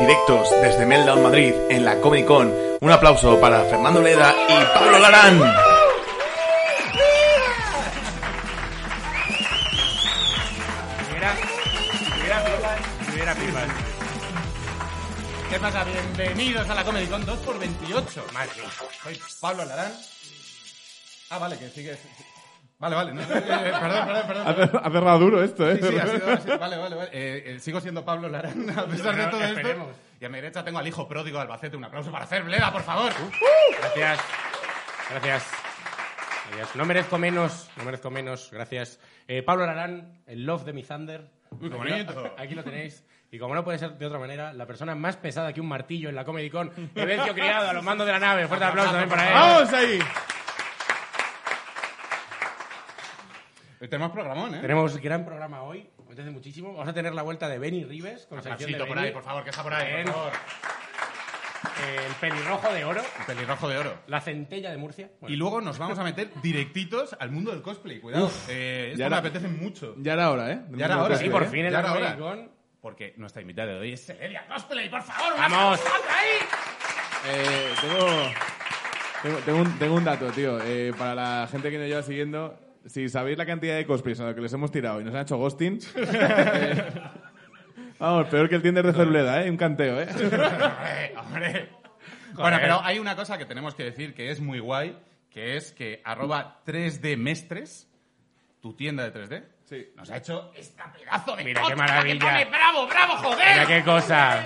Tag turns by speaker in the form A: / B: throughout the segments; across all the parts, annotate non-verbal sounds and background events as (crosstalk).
A: directos desde Meldown Madrid en la Comic Con. Un aplauso para Fernando Leda y Pablo Larán.
B: Hubiera, hubiera pipas, hubiera pipas. ¿Qué pasa? Bienvenidos a la Comedy Con 2x28. Madre mía, soy Pablo Alarán. Ah, vale, que sigue. Vale, vale. no, eh, perdón, perdón,
C: (laughs)
B: perdón.
C: Ha cer- ha cerrado duro esto, ¿eh?
B: Sí, sí, ha sido, ha sido- vale, vale, vale. Eh, eh, sigo siendo Pablo Larán a pesar de todo esto. Y a mi derecha tengo al hijo pródigo de Albacete. Un aplauso para Fer Bleda, por favor.
D: Gracias. Gracias. Gracias. No merezco menos, no merezco menos. Gracias. Eh, Pablo Ararán, el love de mi Thunder.
B: Uy, qué
D: Aquí lo-
B: bonito.
D: (laughs) Aquí lo tenéis. Y como no puede ser de otra manera, la persona más pesada que un martillo en la Comedy Con, Evencio Criado, a los mandos de la nave. Fuerte aplauso también para él.
C: ¡Vamos ahí!
B: Eh, Tenemos programón, ¿eh?
D: Tenemos gran programa hoy. Me apetece muchísimo. Vamos a tener la vuelta de Benny Rives con sección de
B: Aplausito por ahí,
D: Benny.
B: por favor, que está por ahí,
D: Bien.
B: por favor.
D: Eh, el pelirrojo de oro.
B: Pelirrojo de oro.
D: La centella de Murcia. Bueno,
B: Y luego nos vamos a meter directitos al mundo del cosplay, cuidado. Eh, esto
C: ya
B: me
C: era-
B: apetece mucho.
C: Ya era hora, ¿eh?
B: Ya era hora,
D: sí, por
B: ¿eh?
D: fin en
B: Ya
D: la
B: era
D: Comedy
B: hora.
D: Con.
B: Porque nuestra invitada de hoy es Celeria Cosplay, por favor. un
D: ¡Vamos!
B: aplauso ahí.
C: Eh, tengo, tengo, tengo un, tengo un dato, tío. Eh, para la gente que nos lleva siguiendo, si sabéis la cantidad de cosplays a los que les hemos tirado y nos han hecho ghosting... (laughs) eh, vamos, peor que el Tinder de Ceruleda, ¿eh? Un canteo, ¿eh?
B: hombre, (laughs) hombre. Bueno, pero hay una cosa que tenemos que decir que es muy guay, que es que arroba 3D Mestres, tu tienda de 3D,
C: Sí.
B: nos ha hecho esta pedazo de
D: Mira,
B: podcast
D: qué maravilla.
B: que pone ¡Bravo, bravo, joder!
D: Mira qué cosa.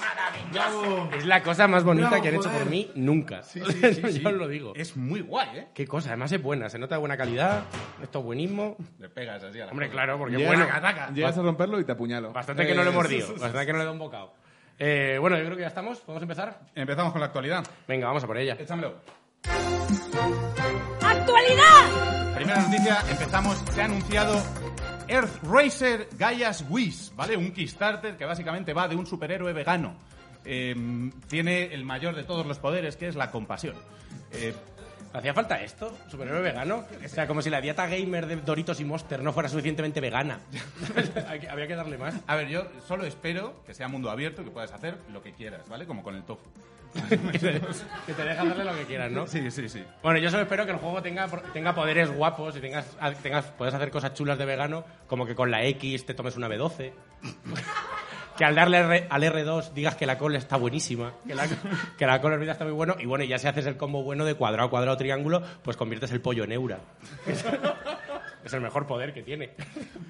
B: Maravilloso.
D: Es la cosa más bonita que han hecho por mí nunca. (laughs) Yo os lo digo.
B: Es muy guay, ¿eh?
D: Qué cosa, además es buena, se nota de buena calidad, esto es buenismo.
B: Le pegas así a la
D: Hombre,
B: cosa.
D: claro, porque
C: Llega-
D: bueno,
C: Llegas a romperlo y te apuñalo.
D: bastante que no lo he
C: Eh,
D: mordido, bastante que no le he dado un bocado. Eh, bueno, yo creo que ya estamos, ¿podemos empezar?
B: Empezamos con la actualidad.
D: Venga, vamos a por ella.
B: Échamelo.
E: ¡Actualidad!
B: Primera noticia, empezamos. Se ha anunciado Earth Racer Gaia's Wish, ¿vale? Un Kickstarter que básicamente va de un superhéroe vegano. Eh, tiene el mayor de todos los poderes, que es la compasión. Eh,
D: ¿Hacía falta esto? ¿Superhéroe vegano? O sea, como si la dieta gamer de Doritos y Monster no fuera suficientemente vegana. (laughs) Hay que- Había que darle más. (laughs)
B: a ver, yo solo espero que sea mundo abierto, que puedas hacer lo que quieras, ¿vale? Como con el tofu.
D: Que te dejan darle lo que quieras, ¿no?
B: Sí, sí, sí.
D: Bueno, yo solo espero que el juego tenga, tenga poderes guapos y tengas, ha- tengas, puedas hacer cosas chulas de vegano, como que con la X te tomes una B12. (laughs) que al darle R- al R2 digas que la col está buenísima, que la, (laughs) que la col hervida está muy bueno. Y bueno, y ya si haces el combo bueno de cuadrado, cuadrado, triángulo, pues conviertes el pollo en eura. (laughs) es el mejor poder que tiene.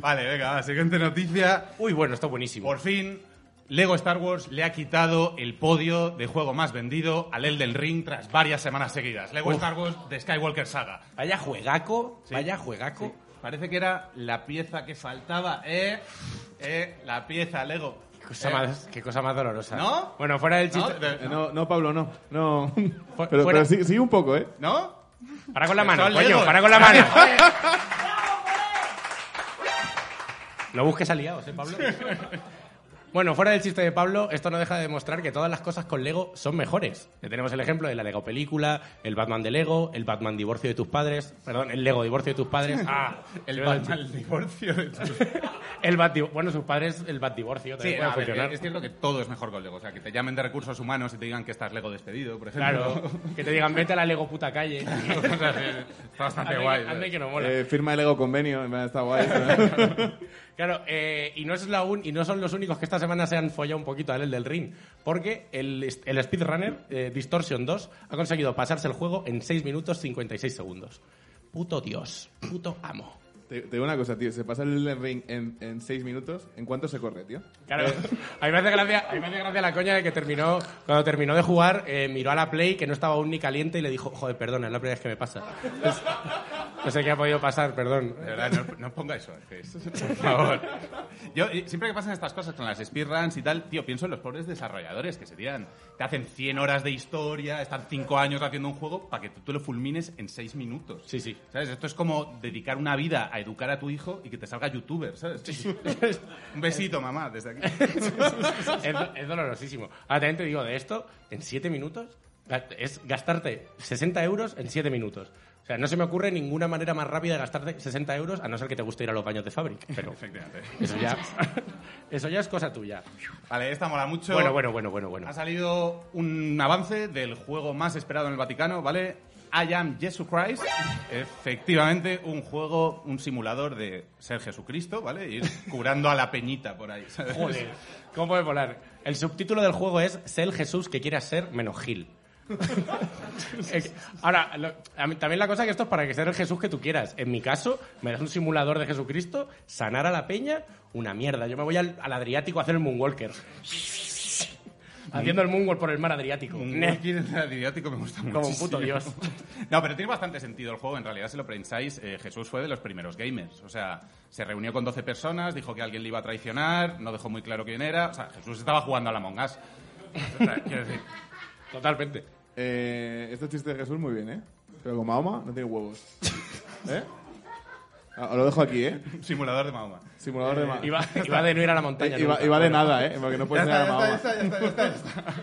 B: Vale, venga, va, siguiente noticia.
D: Uy, bueno, está buenísimo.
B: Por fin, Lego Star Wars le ha quitado el podio de juego más vendido al Elden Ring tras varias semanas seguidas. Lego
D: Uf.
B: Star Wars de Skywalker Saga.
D: Vaya juegaco,
B: Sí.
D: vaya juegaco.
B: Parece que era la pieza que faltaba, ¿eh? ¿Eh? La pieza Lego.
D: Qué cosa,
B: Eh,
D: más, qué cosa más dolorosa.
B: ¿No?
D: Bueno, fuera del
B: ¿No?
D: chiste.
B: De-
C: eh, No, no, Pablo, no. No.
D: Fu-
C: Pero, pero
D: fuera.
C: sí, sí, un poco, ¿eh?
B: ¿No?
D: Para con la mano,
B: Son
D: coño,
B: Legos.
D: para con
B: (laughs)
D: la mano. No busques aliados, ¿eh, Pablo? Bueno, fuera del chiste de Pablo, esto no deja de demostrar que todas las cosas con Lego son mejores. Que tenemos el ejemplo de la Lego película, el Batman de Lego, el Batman divorcio de tus padres, perdón, el Lego divorcio de tus padres. Ah,
B: El,
D: Batman
B: Batman, el divorcio de tus-
D: (laughs) El Bat divo- bueno, sus padres, el Bat divorcio
B: Sí,
D: también puede
B: a ver,
D: funcionar.
B: es cierto que todo es mejor con Lego. O sea, que te llamen de recursos humanos y te digan que estás Lego despedido, por ejemplo.
D: Claro, que te digan, vete a la Lego puta
B: (laughs)
D: calle.
B: O sea, sí, está bastante
D: Hazme-
B: guay.
D: hazme que no mola.
C: Eh, firma el Lego convenio, en verdad, está guay.
D: Claro, eh, y, no es la un- y no son los únicos que esta semana se han follado un poquito al del Ring, porque el, est- el speedrunner eh, Distortion 2 ha conseguido pasarse el juego en 6 minutos 56 segundos. Puto Dios, puto amo.
C: Te, te digo una cosa, tío. Se pasa el Elden Ring en, en seis minutos. ¿En cuánto se corre, tío?
D: Claro, Eh, a mí, me hace gracia, a mí me hace gracia la coña de que terminó, cuando terminó de jugar, eh, miró a la Play que no estaba aún ni caliente y le dijo, joder, perdona, es la primera vez que me pasa. No sé qué ha podido pasar, perdón.
B: De verdad, no, no ponga eso, es que es- por favor. Yo, eh, siempre que pasan estas cosas con las speedruns y tal, tío, pienso en los pobres desarrolladores que se tiran. Te hacen 100 horas de historia, están 5 años haciendo un juego para que tú, tú lo fulmines en 6 minutos.
D: Sí, sí.
B: ¿Sabes? Esto es como dedicar una vida a educar a tu hijo y que te salga youtuber, ¿sabes? (laughs) Un besito, mamá, desde aquí.
D: es, es dolorosísimo. Ahora también te digo, de esto, en 7 minutos, ga- es gastarte 60 euros en 7 minutos. O sea, no se me ocurre ninguna manera más rápida de gastar 60 euros, a no ser que te guste ir a los baños de Fabric. Pero
B: Efectivamente.
D: eso ya, eso ya es cosa tuya.
B: Vale, esta mola mucho.
D: Bueno, bueno, bueno, bueno, bueno.
B: Ha salido un avance del juego más esperado en el Vaticano, ¿vale? I Am Jesus Christ. Efectivamente, un juego, un simulador de ser Jesucristo, ¿vale? Ir curando a la peñita por ahí. ¿sabes?
D: Joder, ¿cómo puede volar? El subtítulo del juego es Sé el Jesús que quieras ser
C: (laughs)
D: menos Gil. Es que- Ahora, lo- a mí- también la cosa que esto es para que sea el Jesús que tú quieras. En mi caso, me das un simulador de Jesucristo, sanar a la peña, una mierda. Yo me voy al, al Adriático a hacer
C: (laughs)
D: el Moonwalker. Haciendo el Moonwalker por el mar Adriático.
C: Mm.
B: Un
D: Neh.
B: walkie en el Adriático me gusta mucho.
D: (laughs) Como un puto dios.
B: (laughs) No, pero tiene bastante sentido el juego. En realidad, si lo pensáis, eh, Jesús fue de los primeros gamers. O sea, se reunió con 12 personas, dijo que alguien le iba a traicionar, no dejó muy claro quién era. O sea, Jesús estaba jugando a la Among Us. O sea, quiero decir, (laughs)
D: Totalmente.
C: Eh, este chiste de Jesús muy bien, ¿eh? Pero con Mahoma no
B: (laughs)
C: tiene huevos. ¿Eh? Ah, Os lo dejo aquí, ¿eh?
B: un simulador de Mahoma.
C: Simulador
B: Eh,
C: de Eh, Mahoma.
D: Iba, iba de no ir a la
C: (laughs)
D: montaña.
C: Iba,
D: nunca.
C: iba de nada, ¿eh? Porque no puedes
B: Ya
C: enseñar a
B: está, ya está, ya
C: Mahoma.
B: está, ya está, ya está.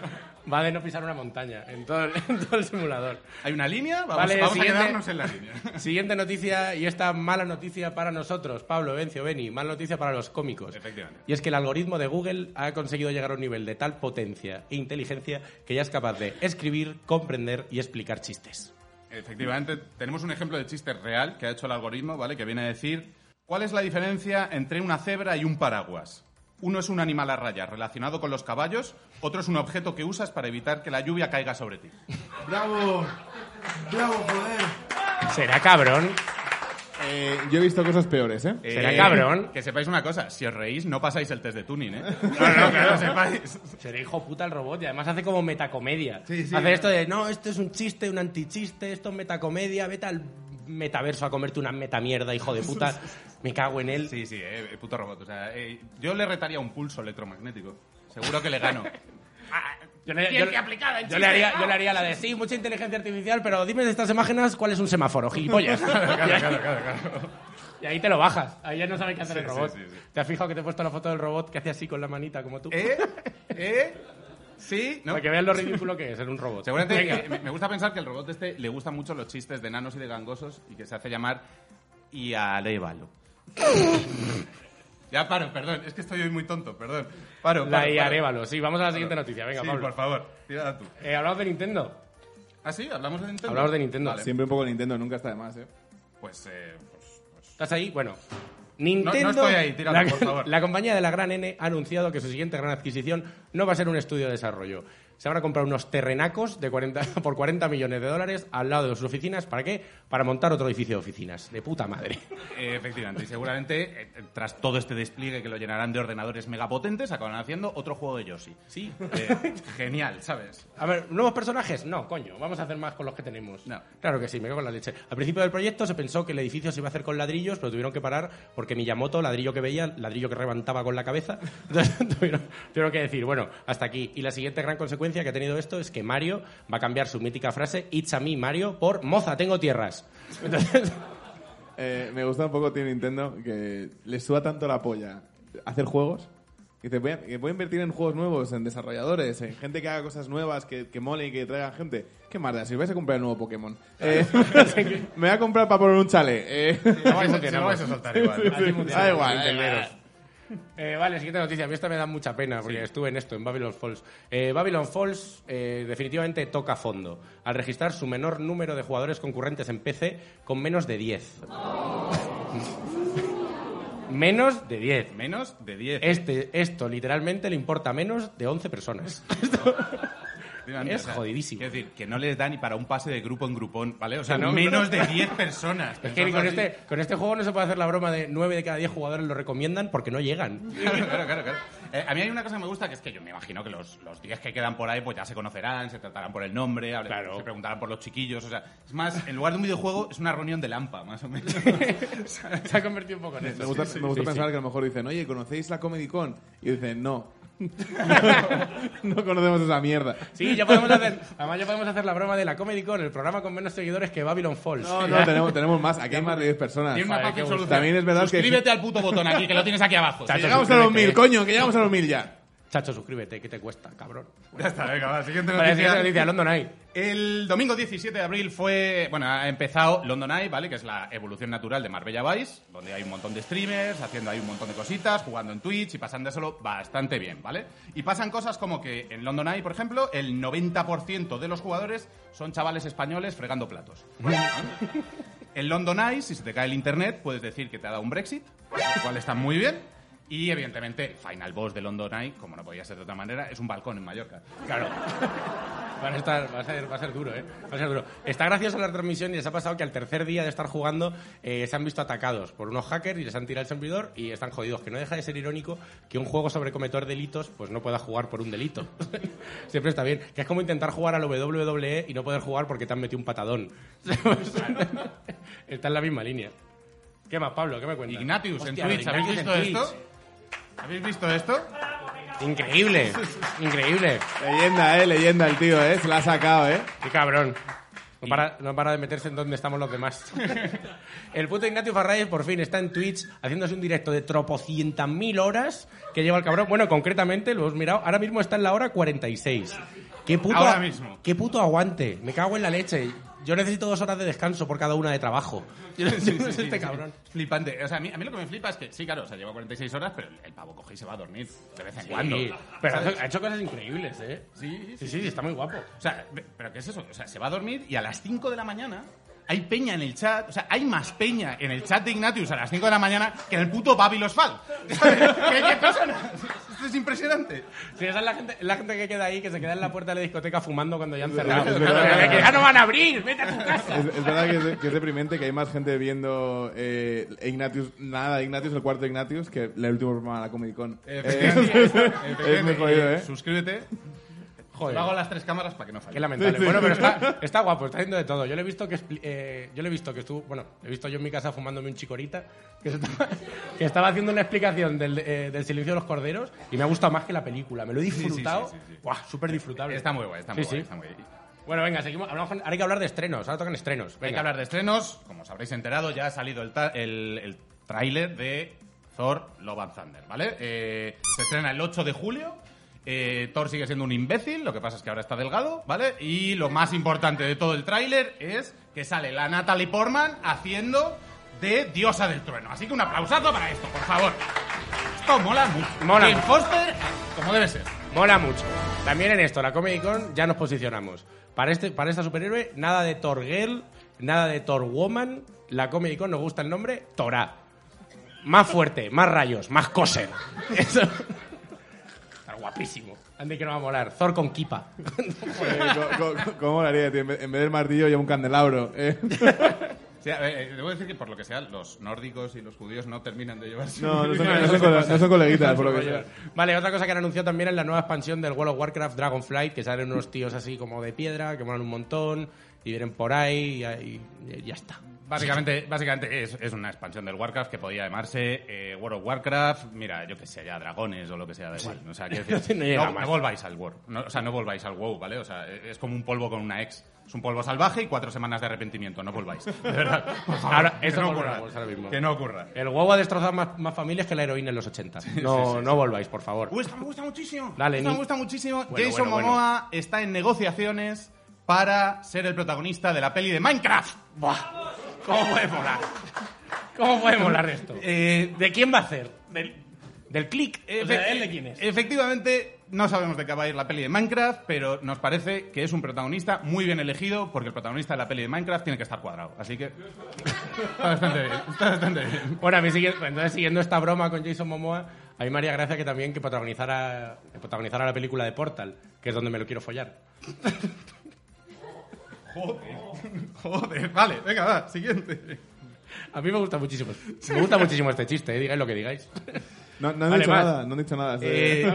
D: Va de no pisar una montaña en todo el- (laughs) en todo el simulador.
B: Hay una línea, vamos,
D: Vale,
B: vamos a
D: siguiente.
B: quedarnos en la línea.
D: Siguiente noticia, y esta mala noticia para nosotros, Pablo, Bencio, Beni, mala noticia para los cómicos.
B: Efectivamente.
D: Y es que el algoritmo de Google ha conseguido llegar a un nivel de tal potencia e inteligencia que ya es capaz de escribir, comprender y explicar chistes.
B: Efectivamente, tenemos un ejemplo de chiste real que ha hecho el algoritmo, ¿vale? Que viene a decir, ¿cuál es la diferencia entre una cebra y un paraguas? Uno es un animal a raya relacionado con los caballos, otro es un objeto que usas para evitar que la lluvia caiga sobre ti.
F: ¡Bravo! ¡Bravo, joder!
D: Será cabrón,
C: Eh, yo he visto cosas peores, ¿eh?
D: Será cabrón.
B: Que sepáis una cosa, si os reís no pasáis el test de tuning,
D: (laughs)
B: ¿eh? (laughs) No, no, que lo sepáis.
D: será hijo puta el robot y además hace como metacomedia.
F: Sí, sí.
D: hace esto de, no, esto es un chiste, un antichiste, esto es metacomedia, vete al metaverso a comerte una metamierda, hijo
B: (laughs)
D: de puta. Me cago en él.
B: Sí, sí, eh, puto robot. O sea, eh, yo le retaría un pulso electromagnético. Seguro que le
D: (laughs)
B: gano.
D: Yo le, yo- yo le haría, yo le haría la de sí, mucha inteligencia artificial, pero dime de estas imágenes cuál es un semáforo, gilipollas. (laughs) Y ahí- Y ahí te lo bajas. Ahí ya no sabes qué hacer el
B: Sí, sí,
D: robot.
B: sí, sí.
D: ¿Te has fijado que te he puesto la foto del robot que hace así con la manita como tú?
B: ¿Eh? ¿Eh? ¿Sí? ¿No?
D: Para que veas lo ridículo que es en un robot.
B: Seguramente
D: Venga.
B: eh, me- me gusta pensar que el robot este le gustan mucho los chistes de nanos y de gangosos y que se hace llamar Ialévalo. ya paro, perdón, es que estoy hoy muy tonto, perdón. Paro, paro,
D: La
B: paro.
D: Iarévalo. Sí, vamos a la siguiente noticia. Venga,
B: sí,
D: Pablo.
B: por favor, tírala tú.
D: Eh, hablamos de Nintendo.
B: ¿Ah, sí? ¿Hablamos de Nintendo?
D: Hablamos de Nintendo.
B: Vale.
C: Siempre un poco Nintendo, nunca está de más, ¿eh?
B: Pues, eh, pues, pues-
D: ¿Estás ahí? Bueno. Nintendo,
B: No- no estoy ahí, tíralo,
D: la,
B: por favor.
D: la compañía de la gran N ha anunciado que su siguiente gran adquisición no va a ser un estudio de desarrollo. Se van a comprar unos terrenacos de 40, (laughs) por 40 millones de dólares al lado de sus oficinas. ¿Para qué? Para montar otro edificio de oficinas. De puta madre.
B: eh, efectivamente, y seguramente eh, tras todo este despliegue que lo llenarán de ordenadores megapotentes, acabarán haciendo otro juego de Yoshi.
D: Sí.
B: Eh, genial, ¿sabes?
D: A ver, ¿nuevos personajes? No, coño, vamos a hacer más con los que tenemos.
B: No.
D: Claro que sí, me cago en la leche. Al principio del proyecto se pensó que el edificio se iba a hacer con ladrillos, pero tuvieron que parar porque Miyamoto, ladrillo que veía, ladrillo que levantaba con la cabeza. (laughs) Entonces tuvieron, tuvieron que decir, bueno, hasta aquí. Y la siguiente gran consecuencia que ha tenido esto es que Mario va a cambiar su mítica frase, It's a me, Mario, por Moza, tengo tierras. Entonces,
C: Eh, me gusta un poco, tío, Nintendo, que les suda tanto la polla hacer juegos. Que te voy a, que voy a invertir en juegos nuevos, en desarrolladores, en gente que haga cosas nuevas, que, que mole y que traiga gente. ¿Qué mierda? Si vais a comprar el nuevo Pokémon. Eh,
D: (laughs)
C: me voy a comprar para poner un chale. Eh,
B: No vais, a- no vais a soltar igual.
D: (laughs)
C: da igual. da igual.
D: Eh, vale, siguiente noticia. A mí esta me da mucha pena porque estuve en esto, en Babylon Falls. Eh, Babylon Falls eh, definitivamente toca fondo al registrar su menor número de jugadores concurrentes en PC con menos de 10. (laughs) menos de 10.
B: Menos de 10.
D: Este, esto literalmente le importa a menos de 11 (laughs) personas. Es
B: O sea,
D: jodidísimo.
B: Quiero decir, que no les da ni para un pase de grupo en grupón, ¿vale? O sea,
D: Que no,
B: menos de
D: (laughs)
B: 10 personas.
D: Es que con este, con este juego no se puede hacer la broma de 9 de cada 10 jugadores lo recomiendan porque no llegan.
B: (laughs) Claro, claro, claro. claro. Eh, a mí hay una cosa que me gusta, que es que yo me imagino que los los 10 que quedan por ahí, pues ya se conocerán, se tratarán por el nombre, hablen-
D: Claro.
B: se preguntarán por los chiquillos, o sea... Es más, en lugar de un videojuego, es una reunión de lampa, más o
D: (laughs)
B: menos.
D: (laughs) se ha convertido un poco en eso.
C: Me gusta,
D: Sí, sí,
C: me gusta
D: sí, sí.
C: pensar que a lo mejor dicen, oye, ¿conocéis la Comedy Con? Y dicen,
D: (laughs)
C: no. (laughs) no conocemos esa mierda.
D: Sí, ya podemos hacer. Además, ya podemos hacer la broma de la Comedy Con, el programa con menos seguidores que Babylon Falls.
C: No, no, tenemos, tenemos más. Aquí hay más de 10 personas.
B: Tiene una
D: Joder,
B: fácil
D: qué gusto.
B: solución.
C: También es verdad que-
B: Suscríbete al puto botón aquí, que lo tienes aquí abajo.
D: Chacho,
B: Sí,
C: Llegamos a los mil, coño, que llegamos a los mil ya.
D: Chacho, suscríbete, ¿qué te cuesta, cabrón?
B: Ya está, venga, va, siguiente
D: Para decir
B: noticia.
D: noticia, London Eye.
B: El domingo 17 de abril fue, bueno, ha empezado London Eye, ¿vale? Que es la evolución natural de Marbella Vice, donde hay un montón de streamers, haciendo ahí un montón de cositas, jugando en Twitch y pasándoselo bastante bien, ¿vale? Y pasan cosas como que en London Eye, por ejemplo, el 90% de los jugadores son chavales españoles fregando platos. (laughs) En London Eye, si se te cae el internet, puedes decir que te ha dado un Brexit, lo cual está muy bien. Y evidentemente, el final boss de London Eye, como no podía ser de otra manera, es un balcón en Mallorca.
D: Claro. (laughs) Van a estar- va, a ser, va a ser duro, ¿eh? Va a ser duro. Está graciosa la transmisión y les ha pasado que al tercer día de estar jugando eh, se han visto atacados por unos hackers y les han tirado el servidor y están jodidos. Que no deja de ser irónico que un juego sobre cometer delitos pues no pueda jugar por un delito. (laughs) Siempre está bien. Que es como intentar jugar al WWE E y no poder jugar porque te han metido un patadón. (laughs) está en la misma línea. ¿Qué más, Pablo? ¿Qué me cuentas?
B: Ignatius
D: Hostia,
B: en Twitch,
D: Ignatius
B: ¿habéis
D: en
B: visto
D: Twitch.
B: esto? ¿Habéis visto
D: (laughs)
B: esto?
D: Increíble. Increíble.
C: Leyenda, eh, leyenda el tío, eh. Se la ha sacado, eh.
D: Qué cabrón. No para, no para de meterse en donde estamos los demás. El puto Ignacio Farrayes por fin está en Twitch haciéndose un directo de tropocientas mil horas que lleva el cabrón. Bueno, concretamente, lo hemos mirado, ahora mismo está en la hora 46. Qué puto,
B: Ahora mismo.
D: Qué puto aguante. Me cago en la leche. Yo necesito dos horas de descanso por cada una de trabajo. Yo no sé este cabrón.
B: Es Flipante. O sea, a mí, a mí lo que me flipa es que, sí, claro, o sea, lleva 46 horas, pero el- el pavo coge y se va a dormir de vez en cuando.
D: Sí, pero ha hecho- ha hecho cosas increíbles, ¿eh?
B: Sí,
D: sí, sí, está muy guapo.
B: O sea, ve- ¿pero qué es eso? O sea, se va a dormir y a las 5 de la mañana hay peña en el chat. O sea, hay más peña en el chat de Ignatius a las 5 de la mañana que en el puto Babylon's Fall. (laughs) ¿Sabes? ¿Qué, qué pasa? Esto es impresionante.
D: Sí, esa es la gente, la gente que queda ahí, que se queda en la puerta de la discoteca fumando cuando ya han cerrado.
C: Es verdad, es verdad.
D: Que ya no van a abrir, vete a tu casa.
C: Es, es verdad que es, de- que es deprimente que hay más gente viendo eh, Ignatius, nada de Ignatius, el cuarto de Ignatius, que el último programa de la Comic Con.
D: Eh,
B: Efectivamente.
C: (laughs) es
B: Efectivamente.
C: muy jodido,
B: Eh,
C: ¿eh?
B: Suscríbete.
D: (laughs) Joder.
B: Lo hago a las tres cámaras para que no
D: Qué
B: falle.
D: lamentable. Bueno, pero está, está guapo, está haciendo de todo. Yo le he visto que expli- eh, yo le he visto que estuvo, bueno, le he visto yo en mi casa fumándome un chicorita que, se estaba, que estaba haciendo una explicación del, eh, del silencio de los corderos y me ha gustado más que la película. Me lo he
B: sí,
D: disfrutado.
B: sí, sí, sí.
D: Buah, súper disfrutable.
B: Está muy guay, está muy
D: Sí, sí.
B: guay, está muy guay.
D: Bueno, venga, seguimos. Hablamos con- ahora hay que hablar de estrenos. Ahora tocan estrenos.
B: Hay
D: Venga.
B: que hablar de estrenos. Como os habréis enterado, ya ha salido el, ta- el, el tráiler de Thor Love and Thunder, ¿vale? Eh, se estrena el 8 de julio. Eh, Thor sigue siendo un imbécil, lo que pasa es que ahora está delgado, ¿vale? Y lo más importante de todo el tráiler es que sale la Natalie Portman haciendo de diosa del trueno. Así que un aplausazo para esto, por favor. Esto mola mucho.
D: Mola
B: Jane
D: mucho.
B: Foster, como debe ser.
D: Mola mucho. También en esto, la Comic Con, ya nos posicionamos. Para, este, para esta superhéroe, nada de Thor Girl, nada de Thor Woman. La Comic Con nos gusta el nombre, Torah. Más fuerte, más rayos, más coser. (laughs) Eso. Está guapísimo. Antes que no va a molar. Thor con kipa.
C: Eh, co- co- co- ¿Cómo lo haría, tío? En vez en vez del martillo lleva un candelabro. eh.
B: Sí, a ver, eh, debo decir que por lo que sea, los nórdicos y los judíos no terminan de llevarse.
C: (laughs)
B: (laughs)
C: No, (laughs) no son, no son cole- no son coleguitas, por lo que sea.
D: Vale, otra cosa que han anunciado también es la nueva expansión del World of Warcraft Dragonflight, que salen unos tíos así como de piedra, que molan un montón, y vienen por ahí, y, ahí- y ya está.
B: Básicamente, básicamente es, es una expansión del Warcraft que podía llamarse eh, World of Warcraft, mira, yo que sé, ya dragones o lo que sea, da igual.
D: (laughs)
B: O sea, quiero decir,
D: No llega
B: no,
D: más.
B: no volváis al WoW, No- o sea, no volváis al WoW, ¿vale? O sea, e- es como un polvo con una ex. Es un polvo salvaje y cuatro semanas de arrepentimiento, no volváis. De verdad, por favor,
D: (laughs) Ahora,
B: que
D: eso
B: no
D: volvemos
B: ocurra.
D: ahora mismo.
B: Que no ocurra.
D: El huevo ha destrozado más, más familias que la heroína en los 80. No, no volváis, por favor.
B: Uy, esta Uh, me gusta muchísimo.
D: Dale,
B: esta
D: Nick.
B: me gusta muchísimo.
D: Bueno,
B: Jason
D: bueno,
B: Momoa está en negociaciones para ser el protagonista de la peli de Minecraft.
D: Buah, ¿Cómo puede molar? ¿Cómo puede molar esto?
B: Eh,
D: ¿De quién va a ser? ¿Del, del click? O sea, ¿él Eh, de quién es?
B: Efectivamente, no sabemos de qué va a ir la peli de Minecraft, pero nos parece que es un protagonista muy bien elegido, porque el protagonista de la peli de Minecraft tiene que estar cuadrado. Así que está bastante bien, está bastante bien.
D: Bueno, a mí sigue- pues entonces siguiendo esta broma con Jason Momoa, a mí me haría gracia que también que protagonizara, que protagonizara la película de Portal, que es donde me lo quiero follar.
B: (laughs) Joder, vale, venga, va, siguiente.
D: A mí me gusta muchísimo. Me gusta muchísimo este chiste, eh, digáis lo que digáis.
C: No, no han
D: Vale,
C: dicho
D: más.
C: nada, no han dicho nada. sí.
B: Eh,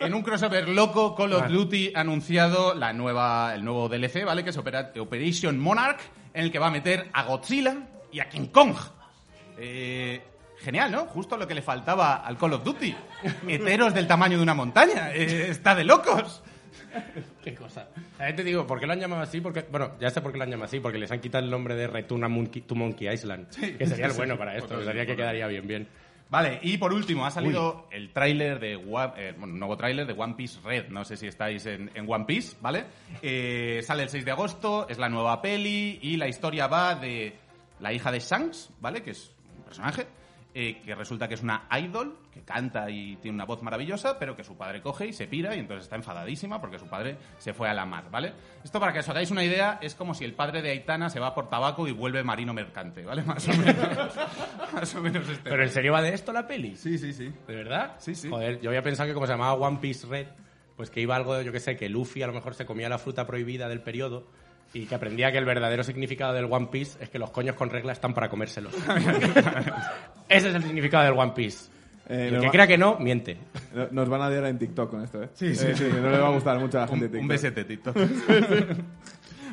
B: en un crossover loco, Call of Duty ha anunciado la nueva, el nuevo DLC, ¿vale? Que es Opera- Operation Monarch, en el que va a meter a Godzilla y a King Kong. Eh, genial, ¿no? Justo lo que le faltaba al Call of Duty. Heteros del tamaño de una montaña. Eh, está de locos.
D: Qué cosa. A te digo, ¿por qué lo han llamado así? Porque, bueno, ya sé por qué lo han llamado así, porque les han quitado el nombre de Return a Monkey- to Monkey Island, que sería el bueno para esto,
B: Otro
D: que sería
B: bien,
D: que
B: otro
D: quedaría bien, bien.
B: Vale, y por último, ha salido el tráiler de One- eh, bueno, nuevo tráiler de One Piece Red. No sé si estáis en, en One Piece, ¿vale? Eh, sale el 6 de agosto, es la nueva peli y la historia va de la hija de Shanks, ¿vale? Que es un personaje eh, que resulta que es una idol, que canta y tiene una voz maravillosa, pero que su padre coge y se pira y entonces está enfadadísima porque su padre se fue a la mar, ¿vale? Esto para que os hagáis una idea, es como si el padre de Aitana se va por tabaco y vuelve marino mercante, ¿vale? (laughs) Más o menos. más o menos este.
D: ¿Pero en serio va de esto la peli?
B: Sí, sí, sí.
D: ¿De verdad?
B: Sí, sí.
D: Joder, yo había pensado que como se llamaba One Piece Red, pues que iba algo de, yo qué sé, que Luffy a lo mejor se comía la fruta prohibida del periodo y que aprendía que el verdadero significado del One Piece es que los coños con regla están para
B: (laughs)
D: comérselos. Ese es el significado del One Piece.
C: Eh,
D: Y el
C: nos
D: que
C: va-
D: crea que no, miente.
C: No- Nos van a odiar en TikTok con esto, ¿eh? Sí, sí. sí no le va a gustar mucho a la
B: Un,
C: gente Ah, de TikTok.
B: un besete, TikTok.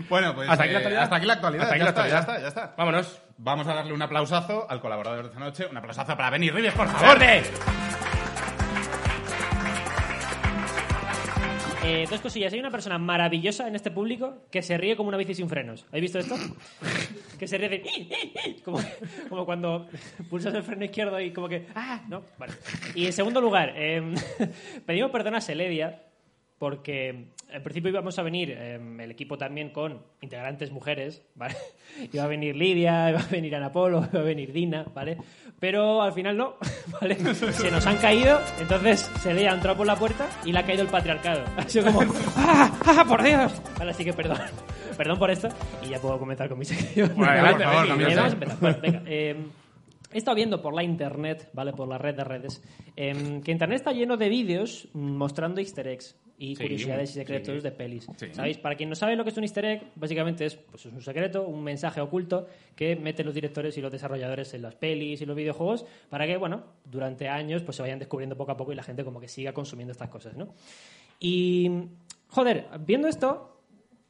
B: bueno, pues.
D: ¿Hasta aquí la
B: eh,
D: actualidad?
B: Hasta aquí la actualidad.
D: Hasta aquí
B: ya,
D: la
B: está,
D: actualidad.
B: ya está, ya está.
D: Vámonos.
B: Vamos a darle un aplausazo al colaborador de esta noche. Un aplausazo para Benny Rives, por favor.
D: ¡Corte!
G: Eh, dos cosillas. Hay una persona maravillosa en este público que se ríe como una bici sin frenos. ¿Habéis visto esto? que se ríe de... (laughs) como, como cuando pulsas el freno izquierdo y como que... ¡Ah! No, vale. Y en segundo lugar, eh, (laughs) pedimos perdón a Seledia porque en principio íbamos a venir eh, el equipo también con integrantes mujeres, ¿vale? (laughs) Iba a venir Lidia, iba a venir Ana Polo, iba a venir Dina, ¿vale? Pero al final no, (laughs) ¿vale? Se nos han caído, entonces Seledia ha entrado por la puerta y le ha caído el patriarcado. (laughs) Ha sido como, ¡ah! ¡Ah, por Dios! Vale, así que perdón. (laughs) Perdón por esto y ya puedo comenzar con mi sección.
B: Bueno, adelante, por favor,
G: Eh,
B: comienza.
G: vamos a empezar. Bueno, venga, eh, He estado viendo por la internet, ¿vale? Por la red de redes, em, que internet está lleno de vídeos mm, mostrando easter eggs y
B: Sí,
G: curiosidades y
B: sí.
G: secretos de pelis.
B: Sí.
G: ¿Sabéis? Para quien no sabe lo que es un easter egg, básicamente es, pues es un secreto, un mensaje oculto que meten los directores y los desarrolladores en las pelis y los videojuegos para que, bueno, durante años pues se vayan descubriendo poco a poco y la gente como que siga consumiendo estas cosas, ¿no? Y, joder, viendo esto,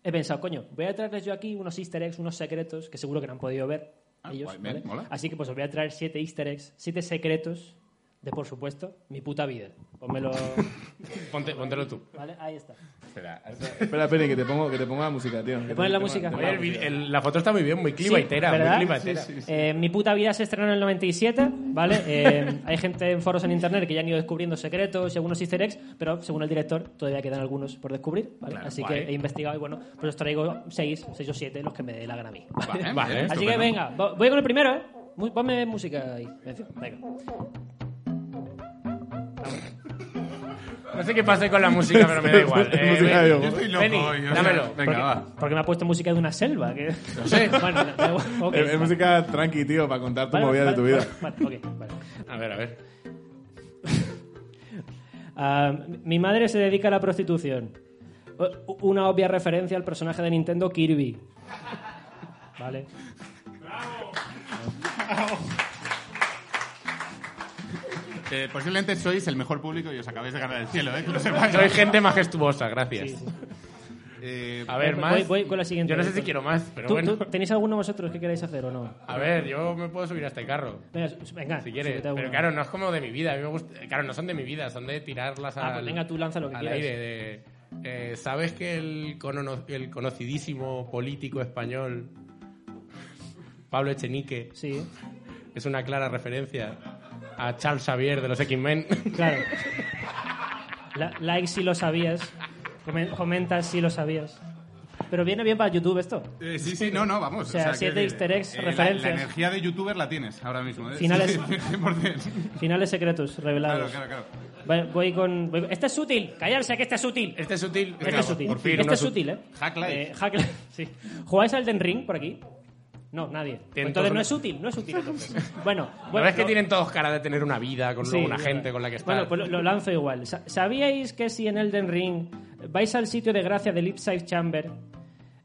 G: he pensado, coño, voy a traerles yo aquí unos easter eggs, unos secretos que seguro que no han podido ver
B: Ah,
G: ellos,
B: guay, bien,
G: ¿vale?
B: mola.
G: Así que pues os voy a traer siete easter eggs, siete secretos de, por supuesto, mi puta vida. Pónmelo,
D: Ponte, póntelo tú.
G: ¿vale? Ahí está.
B: Espera,
C: Espera, Penny, que te pongo, que te pongo la música, tío.
G: ¿Me pones la música?
D: Oye, el vide- el- la foto está muy bien, muy climatera,
G: Sí, ¿verdad?
D: muy climatera.
G: Eh, mi puta vida se estrenó en el 97, ¿vale? Eh, hay gente en foros en internet que ya han ido descubriendo secretos y algunos easter eggs, pero según el director todavía quedan algunos por descubrir, ¿vale? Así que he investigado y bueno, pues os traigo seis, seis o siete, los que me dé la gana a mí.
B: Vale,
D: Vale.
B: bien,
G: Así que
B: estupendo.
G: venga, vo- voy con el primero, ¿eh? Mu- Ponme música ahí. En fin, venga.
D: No sé qué pase con la música, pero me
G: (laughs)
D: da igual.
C: (laughs)
D: Eh,
C: Música
D: ven-
C: de
B: Yo estoy loco
D: Benny,
B: hoy, o sea,
D: dámelo.
B: Venga, va.
G: Porque me ha puesto música de una selva. Que... No sé. (laughs) bueno, da igual. Ok,
C: Es, (laughs) es
G: vale.
C: música tranqui, tío, para contar tu
G: Vale,
C: movida de
G: vale,
C: tu vida.
G: (laughs) Vale, vale, ok, vale.
D: A ver, a ver.
G: Ah, mi madre se dedica a la prostitución. U- Una obvia referencia al personaje de Nintendo Kirby. Vale.
B: Eh, posiblemente sois el mejor público y os acabáis de ganar el cielo, ¿eh? Que lo sepáis.
D: Soy gente majestuosa, gracias.
G: Sí, sí.
B: Eh,
D: A ver,
G: Voy-
D: más.
G: voy- voy con la siguiente.
D: Yo no sé si quiero más, pero
G: ¿Tú-
D: bueno.
G: tú- ¿Tenéis alguno vosotros que queráis hacer o no?
D: A ver, yo me puedo subir a este carro.
G: Venga, su- venga,
D: Si quieres.
G: súbete a
D: Pero
G: uno.
D: claro, no es como de mi vida. A mí me gusta... Claro, no son de mi vida, son de tirarlas
G: Ah,
D: al,
G: pues venga, tú lanza lo que
D: al
G: quieras.
D: aire. de, eh, ¿Sabes que el, conono- el conocidísimo político español Pablo Echenique
G: Sí, ¿eh?
D: es una clara referencia a Charles Xavier de los
G: (laughs)
D: X-Men?
G: claro. La- like si lo sabías. Comen- comenta si lo sabías. Pero viene bien para YouTube esto.
B: eh, sí, sí, no, no, vamos.
G: O sea,
B: quiero
G: siete
B: decir, eh,
G: easter eggs,
B: la- La,
G: referencias.
B: energía de youtuber la tienes ahora mismo. ¿eh?
G: Finales.
B: Sí, 100%.
G: Finales secretos
B: Claro,
G: revelados.
B: claro, claro.
G: Vale, voy con. voy con- Este es útil. Callarse, que este es útil.
D: Este es útil.
G: Este
D: Venga,
G: es útil.
D: Por fin,
G: este
D: uno
G: es útil, ¿eh?
B: Hack Life.
G: Eh, hack Life, (laughs) sí. ¿Jugáis al Den Ring por aquí? No, nadie.
D: Tienen
G: entonces
D: todos
G: no
D: una-
G: es útil, no es útil. entonces. Bueno,
D: ¿No
G: bueno.
D: ves que
G: no-
D: tienen todos cara de tener una vida con
G: sí,
D: una
G: es
D: gente
G: verdad.
D: con la que estar?
G: Bueno, pues lo, lo lanzo igual. Sa- ¿Sabíais que si en Elden Ring vais al sitio de gracia del Ipside Chamber,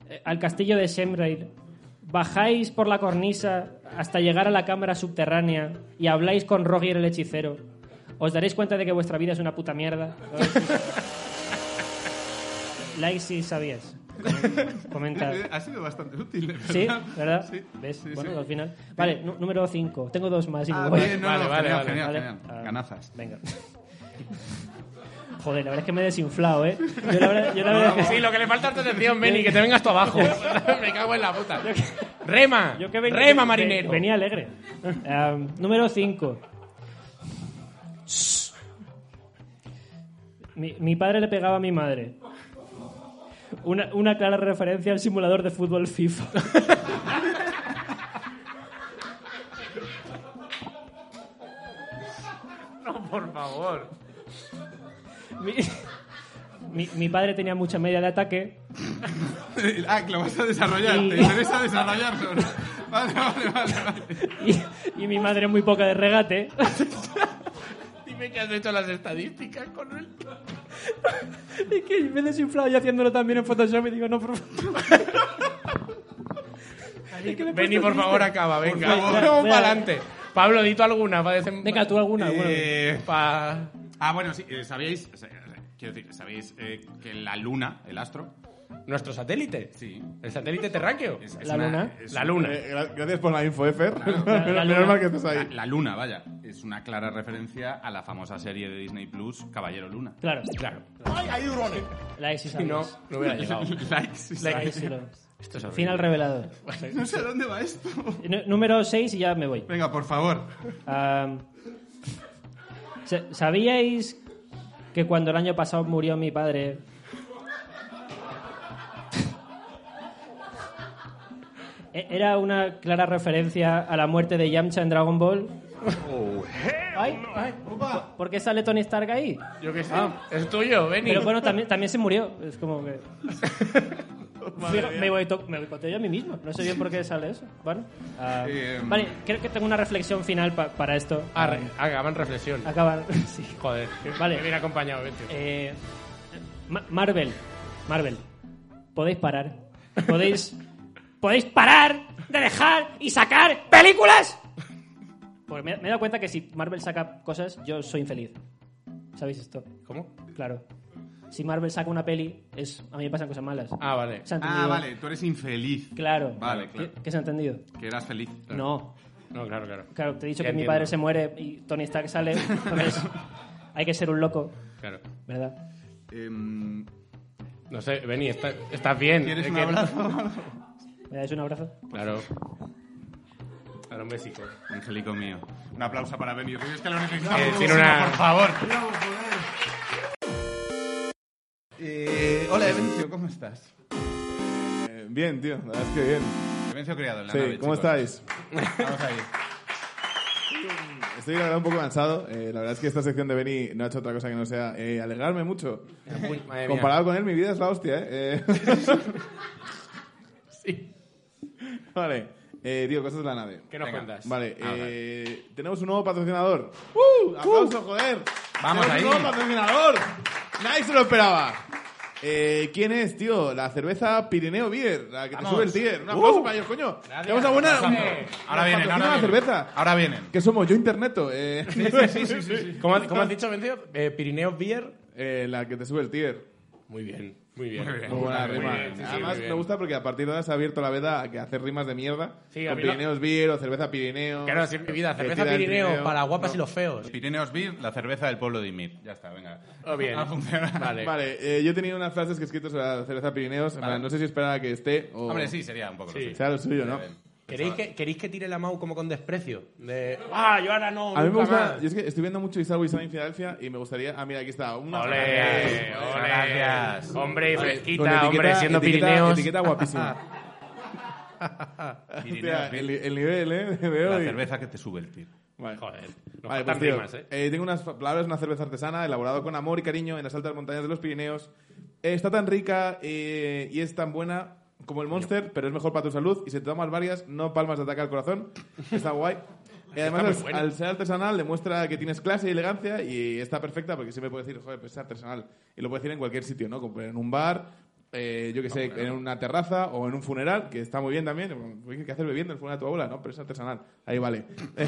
G: eh, al castillo de Shemrail, bajáis por la cornisa hasta llegar a la cámara subterránea y habláis con Rogier el hechicero, os daréis cuenta de que vuestra vida es una puta mierda? (laughs) like si sabías.
B: (laughs)
G: Comenta.
B: Eh, eh, Ha sido bastante útil, de
G: Sí,
B: ¿verdad?
G: ¿verdad?
B: Sí,
G: ¿Ves?
B: sí,
G: bueno,
B: sí.
G: al final. Vale, nú- número 5. Tengo dos más y me
B: Ah,
G: voy.
B: bien, no,
D: Vale,
B: no,
D: vale,
B: genial,
D: vale.
B: genial,
G: Vale.
B: genial.
G: Ah.
B: Ganazas. (laughs)
G: Venga. (laughs) Joder, la verdad es que me he desinflado, ¿eh? Yo la verdad, yo la verdad es que...
D: Sí, lo que le falta es atención, Benny, que te vengas tú
G: (laughs)
D: abajo. (laughs) Me cago en la puta. Rema,
G: Yo que venía-
D: rema,
G: ve-
D: marinero.
G: Em, Venía alegre. Am, número 5. Mi, mi padre le pegaba a mi madre. Una, una clara referencia al simulador de fútbol FIFA.
H: Por favor.
G: Mi, mi- mi padre tenía mucha media de ataque.
B: Ah, que lo vas a desarrollar.
G: Y-
B: ¿Te interesa desarrollarlo? no? Vale, vale, vale. vale.
G: Y, y mi madre muy poca de regate.
H: Dime que has hecho las estadísticas con él.
G: Y que me he desinflado yo haciéndolo también en Photoshop y digo, no, por favor. Es que me he
H: Vení,
G: puesto
H: por
G: triste.
H: favor, acaba, venga.
G: favor.
H: Vamos
G: Espera,
H: para
G: espera.
H: adelante. Pablo, dito alguna. pa' desem-
G: Venga, tú alguna. alguna.
B: Eh,
H: pa-
B: Ah, bueno, sí, eh, sabíais, eh, quiero decir, sabéis eh, que la luna, el astro,
H: ¿Nuestro satélite?
B: sí,
H: ¿El satélite terráqueo?
B: es, es
G: ¿La
B: una-
G: luna?
B: es
H: La luna.
C: Eh, gra- gracias por la info, Efer. (laughs)
G: La-
C: Pero
G: la
C: menos
G: luna.
C: mal que estás
B: La,
C: ahí.
B: la luna, vaya, es una clara referencia a la famosa serie de Disney Plus, Caballero Luna.
G: Claro, claro. La ex
H: Si no, no hubiera llegado.
B: (laughs) Like, sí, sí.
H: Esto es horrible.
G: Final revelado.
B: No sé a dónde va esto.
G: Nú- Número 6 y ya me voy.
B: Venga, por favor.
G: Am, sa- ¿Sabíais que cuando el año pasado murió mi padre... e- Era una clara referencia a la muerte de Yamcha en Dragon Ball. Ay, ay, ¿por- ¿Por qué sale Tony Stark ahí?
H: (laughs) Yo qué sé.
D: Ah.
H: Es tuyo, Benny.
G: Pero bueno, también, también se murió. Es como que. Fija- me, voy me boicoteo yo a mí mismo. No sé bien por qué sale eso. Bueno, ah,
B: Eh,
G: vale, creo que tengo una reflexión final pa- para esto.
H: Arre, Hagan reflexión.
G: Acabar. (laughs) sí.
H: Joder.
G: Vale.
H: Me viene acompañado, vete.
G: Eh, Ma- Marvel. Marvel. Podéis parar. Podéis. Podéis parar de dejar y sacar películas. Porque me, me he dado cuenta que si Marvel saca cosas, yo soy infeliz. ¿Sabéis esto?
H: ¿Cómo?
G: Claro. Si Marvel saca una peli, es, a mí me pasan cosas malas.
H: Ah, vale.
G: ¿Se ha entendido?
B: Ah, vale, tú eres infeliz.
G: Claro.
B: Vale, claro.
G: ¿Qué, qué se ha entendido?
B: Que eras feliz.
G: No.
H: No, claro, claro.
G: Claro, te he dicho
H: Ya
G: que mi
H: entiendo.
G: padre se muere y Tony
B: (laughs)
G: Stark sale. Entonces, hay que ser un loco,
H: Claro.
G: ¿verdad?
B: Em,
H: No sé, Benny, está- estás bien.
B: ¿Quieres
H: Es
B: un
H: que- (laughs)
B: abrazo?
G: ¿Me dais un abrazo?
H: Claro. Ahora un besico.
B: Angélico mío. Un aplauso para Benny Ríos, que lo necesitamos.
H: Eh, tiene una-
B: Por favor.
I: Bravo, joder.
B: Eh, hola, Evencio, ¿cómo estás?
C: Eh, Bien, tío. La verdad es que bien.
B: Evencio Criado, en la
C: Sí,
B: nave,
C: ¿cómo
B: chicos.
C: estáis?
B: Vamos
C: (laughs)
B: ahí.
C: Estoy la verdad un poco cansado. Eh, la verdad es que esta sección de Benny no ha hecho otra cosa que no sea eh, alegrarme mucho.
H: Uy, madre mía.
C: Comparado con él, mi vida es la hostia, ¿eh? Eh,
H: Sí.
C: vale. Eh, digo, cosas de la nave.
H: ¿Qué nos
B: Venga.
H: cuentas?
C: Vale,
B: Ah,
C: eh, tenemos un nuevo patrocinador. ¡Uh! ¡Aplauso, joder!
B: Vamos
C: Tenemos
B: ahí.
C: un nuevo patrocinador! ¡Nadie se lo esperaba! Eh, ¿Quién es, tío? La cerveza Pirineo Beer, la que te
B: Vamos.
C: sube el tier. ¡Un aplauso para ellos, coño! ¡Vamos a buena!
B: Ahora vienen, ahora
C: la
B: vienen.
C: cerveza!
B: Ahora vienen.
C: ¿Qué somos? Yo interneto. Eh,
B: Sí, sí, sí,
C: (laughs)
B: sí.
H: ¿Cómo, has- cómo has dicho, Bencio? Eh, Pirineos Beer.
C: eh, la que te sube el tier.
H: Muy bien, muy bien.
C: Muy buena
B: Muy
C: rima.
H: bien, sí, sí, muy
C: Además,
H: bien.
C: me gusta porque a partir de ahora se ha abierto la veda a que hacer rimas de mierda.
H: Sí, a
C: con
H: mí no-
C: Pirineos Beer o cerveza Pirineo.
H: Claro, sí, mi vida.
C: que
H: Cerveza
C: tira el
H: Pirineo,
C: Pirineo.
H: para guapas y los feos.
B: Pirineos Beer, la cerveza del pueblo de Imir. Ya está, venga.
H: Oh, bien.
B: Ha funcionado.
H: Vale.
C: Vale, eh, yo tenía unas frases que he escrito sobre la cerveza Pirineos. en plan, No sé si esperaba que esté o
B: Hombre, sí, sería un poco lo
H: Sí.
B: suyo.
C: sea lo suyo, ¿no?
H: ¿Queréis que, ¿Queréis que tire la Mau como con desprecio? De, ah, yo ahora no,
C: A mí me
H: nunca
C: gusta.
H: más".
C: Yo es que estoy viendo mucho Isao Isao en Filadelfia y me gustaría. Ah, mira, aquí está. Una
H: Ole, ole.
B: Gracias.
H: Hombre,
C: Con
H: fresquita,
C: etiqueta-
H: hombre, siendo
C: etiqueta-
H: Pirineos.
C: Etiqueta
H: (laughs)
C: guapísima. (laughs) O sea,
B: Pirineos Beer,
C: el, el nivel, ¿eh? De
B: la
C: hoy.
B: cerveza que te sube el tiro.
C: Vale.
H: Joder, nos
C: Vale,
H: faltan
C: pues, tío,
H: rimas, ¿eh?
C: eh, tengo unas fa- palabras, una cerveza artesana elaborada con amor y cariño en las altas montañas de los Pirineos. Eh, está tan rica eh, y es tan buena como el Monster, pero es mejor para tu salud. Y si te tomas varias, no palmas de ataque al corazón.
H: (laughs)
C: Está guay. Y además,
H: muy
C: al-
H: buena.
C: al ser artesanal, demuestra que tienes clase y elegancia y está perfecta porque siempre puedes decir, joder, pues es artesanal. Y lo puedes decir en cualquier sitio, ¿no? Como en un bar, eh, yo que sé, en una terraza o en un funeral, que está muy bien también. Bueno, ¿Qué hacer bebiendo en el funeral de tu abuela? No, pero es artesanal. Ahí vale.
H: (laughs)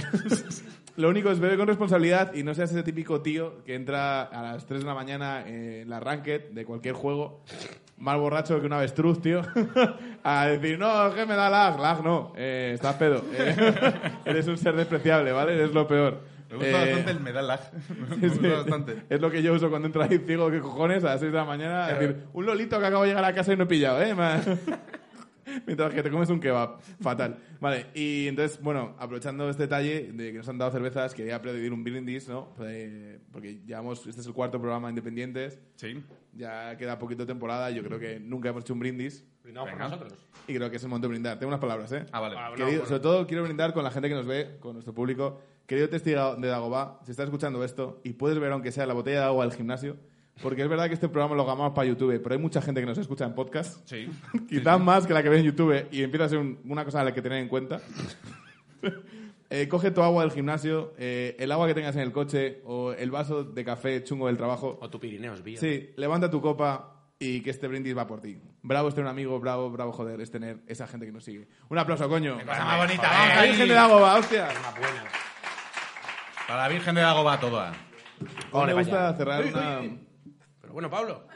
C: Lo único es beber con responsabilidad y no seas ese típico tío que entra a las 3 de la mañana en la ranked de cualquier juego, más borracho que un avestruz, tío, (laughs) a decir, no, es que me da lag, lag no, eh, estás pedo. Eh, (laughs) eres un ser despreciable, ¿vale? Eres lo peor.
B: Me gusta
C: Eh,
B: bastante el medal
C: (laughs)
B: lag. Me
C: sí,
B: gusta
C: sí.
B: bastante.
C: (laughs) Es lo que yo uso cuando entro ahí ciego que cojones a las 6 de la mañana. Es decir, un lolito que acabo de llegar a casa y no he pillado, ¿eh? Me- (laughs) Mientras que te comes un kebab. Fatal. Vale, y entonces, bueno, aprovechando este detalle de que nos han dado cervezas, quería pedir un brindis, ¿no? Eh, Porque llevamos, este es el cuarto programa Independientes,
B: Sí.
C: ya queda poquito temporada, yo creo que nunca hemos hecho un brindis
D: Brindamos Pues por
B: Venga.
D: nosotros.
C: y creo que es el momento de brindar. Tengo unas palabras, ¿eh?
B: Ah, vale.
C: Querido- sobre todo quiero brindar con la gente que nos ve, con nuestro público. Querido testigo de Dagobá, si estás escuchando esto y puedes ver aunque sea la botella de agua del gimnasio, porque es verdad que este programa lo hagamos para YouTube, pero hay mucha gente que nos escucha en podcast,
B: Sí.
C: quizás más que la que ve en YouTube y empieza a ser un- una cosa a la que tener en cuenta.
D: (laughs)
C: Eh, coge tu agua del gimnasio, eh, el agua que tengas en el coche o el vaso de café chungo del trabajo.
D: O tu Pirineos, Bio.
C: Sí, levanta tu copa y que este brindis va por ti. Bravo es tener un amigo, bravo, bravo, joder, es tener esa gente que nos sigue. Un aplauso, coño.
B: Cosa más bonita. eh. Vamos
C: ¡A la Virgen de la Goba, hostia!
B: Para la Virgen de Dagoba toda.
C: Hoy me gusta cerrar una...
D: (laughs) Pero bueno, Pablo,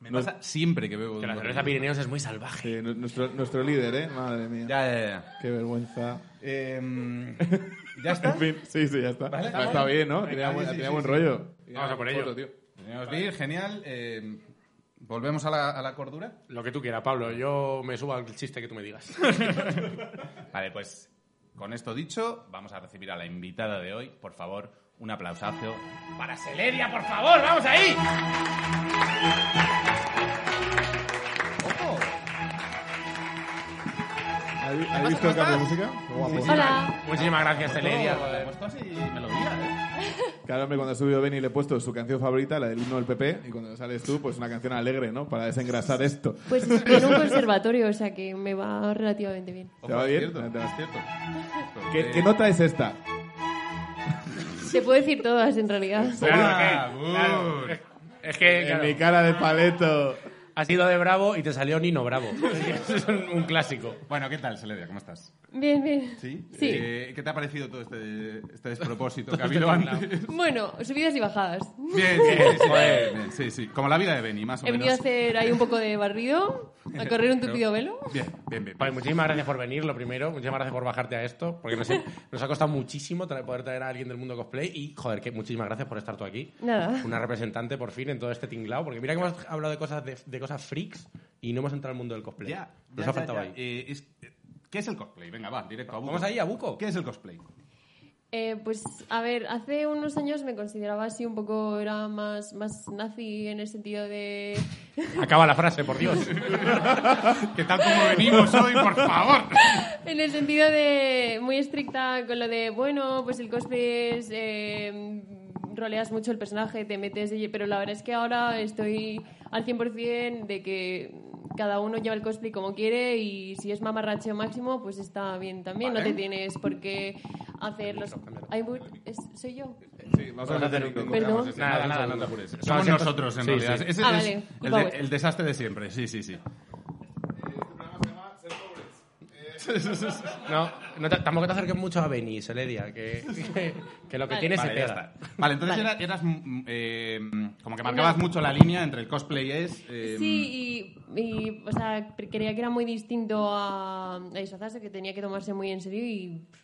B: Me pasa siempre que bebo.
D: que la
B: un-
D: cerveza Pirineos es muy salvaje.
C: Sí, nu- nuestro, nuestro líder, ¿eh? Madre mía.
B: Ya, ya, ya.
C: Qué vergüenza.
B: Em, (laughs) ¿Ya está?
C: En fin, sí, sí, ya está. Pero está bien, ¿no? Tenía, buen, tenía buen rollo.
D: Vamos a por ello.
C: Foto, tío.
B: Tenemos Vir, genial. em, ¿Volvemos a la, a la cordura?
D: Lo que tú quieras, Pablo. Yo me subo al chiste que tú me digas.
B: Vale, pues con esto dicho, vamos a recibir a la invitada de hoy. Por favor, un aplausazo para Seleria, por favor, vamos ahí. Ojo.
C: ¿Habéis habéis visto el cambio de música? Qué Guapo.
E: Hola.
D: (laughs) Muchísimas gracias, Teleria.
B: Oh, le he puesto así melodía, ¿eh?
C: Claro, hombre, cuando ha subido Benny le he puesto su canción favorita, la del himno del PP, y cuando sales tú, pues una canción alegre, ¿no? Para desengrasar esto.
E: Pues estoy en un conservatorio, o sea que me va relativamente bien.
C: ¿Te
B: es
C: va bien?
B: Cierto,
C: Te va-
B: es cierto.
C: ¿Qué,
B: Eh,
C: qué nota es esta?
E: Se puede decir todas en realidad.
B: Toma, uh,
D: Es que
C: En
D: claro,
C: mi cara de paleto.
D: has ido de bravo y te salió Nino Bravo. (laughs) es un, un clásico.
B: Bueno, ¿qué tal, Seleria? ¿Cómo estás?
E: Bien, bien. Sí.
B: Eh, ¿Qué te ha parecido todo este, este (laughs) despropósito que ha habido antes?
E: Bueno, subidas y bajadas.
B: Bien, sí,
E: (laughs)
B: sí, sí, bien, sí, sí. Como la vida de Benny, más o
E: He venido a
B: menos.
E: hacer ahí un poco de barrido, a correr un tupido velo.
B: Bien, bien, bien.
D: Vale, muchísimas gracias por venir, lo primero. Muchísimas gracias por bajarte a esto, porque nos, nos ha costado muchísimo tra- poder traer a alguien del mundo cosplay. Y, joder, que muchísimas gracias por estar tú aquí.
E: Nada.
D: Una representante, por fin, en todo este tinglao. Porque mira que hemos hablado de cosas, de, de cosas freaks y no hemos entrado al mundo del cosplay.
B: Ya, ya,
D: Nos ha
B: ya,
D: faltado
B: ya.
D: ahí.
B: Eh, es- eh, ¿Qué es el cosplay? Venga, va, directo a Buco.
D: Vamos ahí, a Buco.
B: ¿Qué es el cosplay?
E: Eh, pues a ver, hace unos años me consideraba así un poco, era más, más nazi en el sentido de...
D: Acaba la frase, por (laughs) Dios.
B: ¿Qué tal como venimos hoy, por favor?
E: (laughs) En el sentido de muy estricta con lo de, bueno, pues el cosplay es... eh, roleas mucho el personaje, te metes... de lle- Pero la verdad es que ahora estoy al 100% de que cada uno lleva el cosplay como quiere y si es mamarracho máximo, pues está bien también.
B: Vale.
E: No te tienes por qué hacer los... Ay, muy- es- ¿Soy yo?
C: Sí, vamos a hacer un
E: Perdón.
B: Vamos, ese- Nada,
D: Nada,
B: nada,
D: no
B: no
D: te
B: te
D: apures.
B: Somos
D: No,
B: nosotros, en
D: sí,
B: realidad.
D: sí. Eh,
B: Ese
E: Ah,
B: es
E: vale.
B: el,
E: Culpa
B: de-
E: vuestra.
B: el desastre de siempre, sí, sí, sí.
D: No, no te- tampoco te acerques mucho a Beni, Seledia, que, que, que lo que
E: Vale.
D: tiene se
B: Vale, ya
D: pega.
B: está. (laughs) Vale, entonces
E: Vale.
B: era- eras mm, eh, como que marcabas mucho la línea entre el cosplay es... eh,
D: Em,
E: Sí, y, y, o sea, creía que era muy distinto a, a disfrazarse, que tenía que tomarse muy en serio y pff,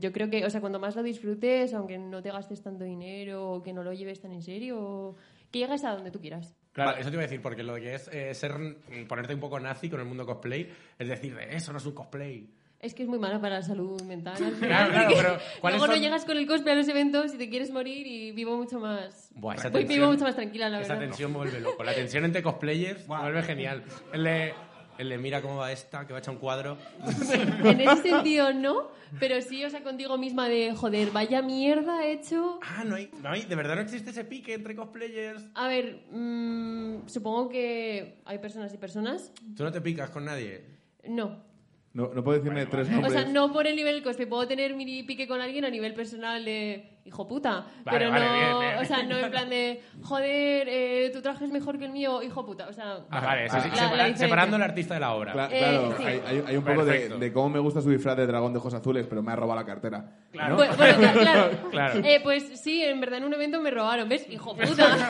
E: yo creo que, o sea, cuanto más lo disfrutes, aunque no te gastes tanto dinero o que no lo lleves tan en serio, o- que llegas a donde tú quieras.
D: Claro, eso te iba a decir, porque lo que es eh, ser mm, ponerte un poco nazi con el mundo cosplay, es decir, eh, eso no es un cosplay.
E: Es que es muy malo para la salud mental. al
D: (laughs)
E: final,
D: Claro, claro,
E: porque
D: pero ¿cuáles
E: Luego no
D: son-
E: llegas con el cosplay a los eventos y te quieres morir y vivo mucho más...
D: Buah, esa
E: Voy-
D: tensión-
E: vivo mucho más tranquila, la
D: Esa
E: verdad.
D: tensión vuelve loco.
E: (laughs)
D: La tensión entre cosplayers
B: Guau.
D: vuelve genial. Él le, él le mira cómo va esta, que va a echar un cuadro.
E: En ese sentido no, pero sí, o sea, contigo misma de, joder, vaya mierda he hecho...
D: Ah, no hay, no hay- de verdad no existe ese pique entre cosplayers.
E: A ver, mm, supongo que hay personas y personas.
D: Tú no te picas con nadie.
E: No.
C: No, no puedo decirme tres
E: O
C: nombres.
E: sea, no por el nivel del cosplay. Puedo tener mi pique con alguien a nivel personal de hijo puta.
D: Vale,
E: pero
D: vale,
E: no,
D: bien, bien.
E: o sea,
D: (laughs)
E: no en plan de joder, eh, tu traje es mejor que el mío, hijo puta. O sea,
D: Ah, vale, eso sí,
E: la- la
D: separa-
E: diferencia.
D: separando al artista de la obra. (laughs)
C: Cla-
E: Eh,
C: claro,
E: sí.
C: hay, hay- hay un poco de,
D: Perfecto.
C: de cómo me gusta su disfraz de dragón de ojos azules, pero me ha robado la cartera. Claro.
E: Pues,
D: (laughs)
E: bueno, claro. claro.
D: Claro.
E: Eh, pues sí, en verdad en un evento me robaron, ¿ves? Hijo
D: (laughs)
E: puta.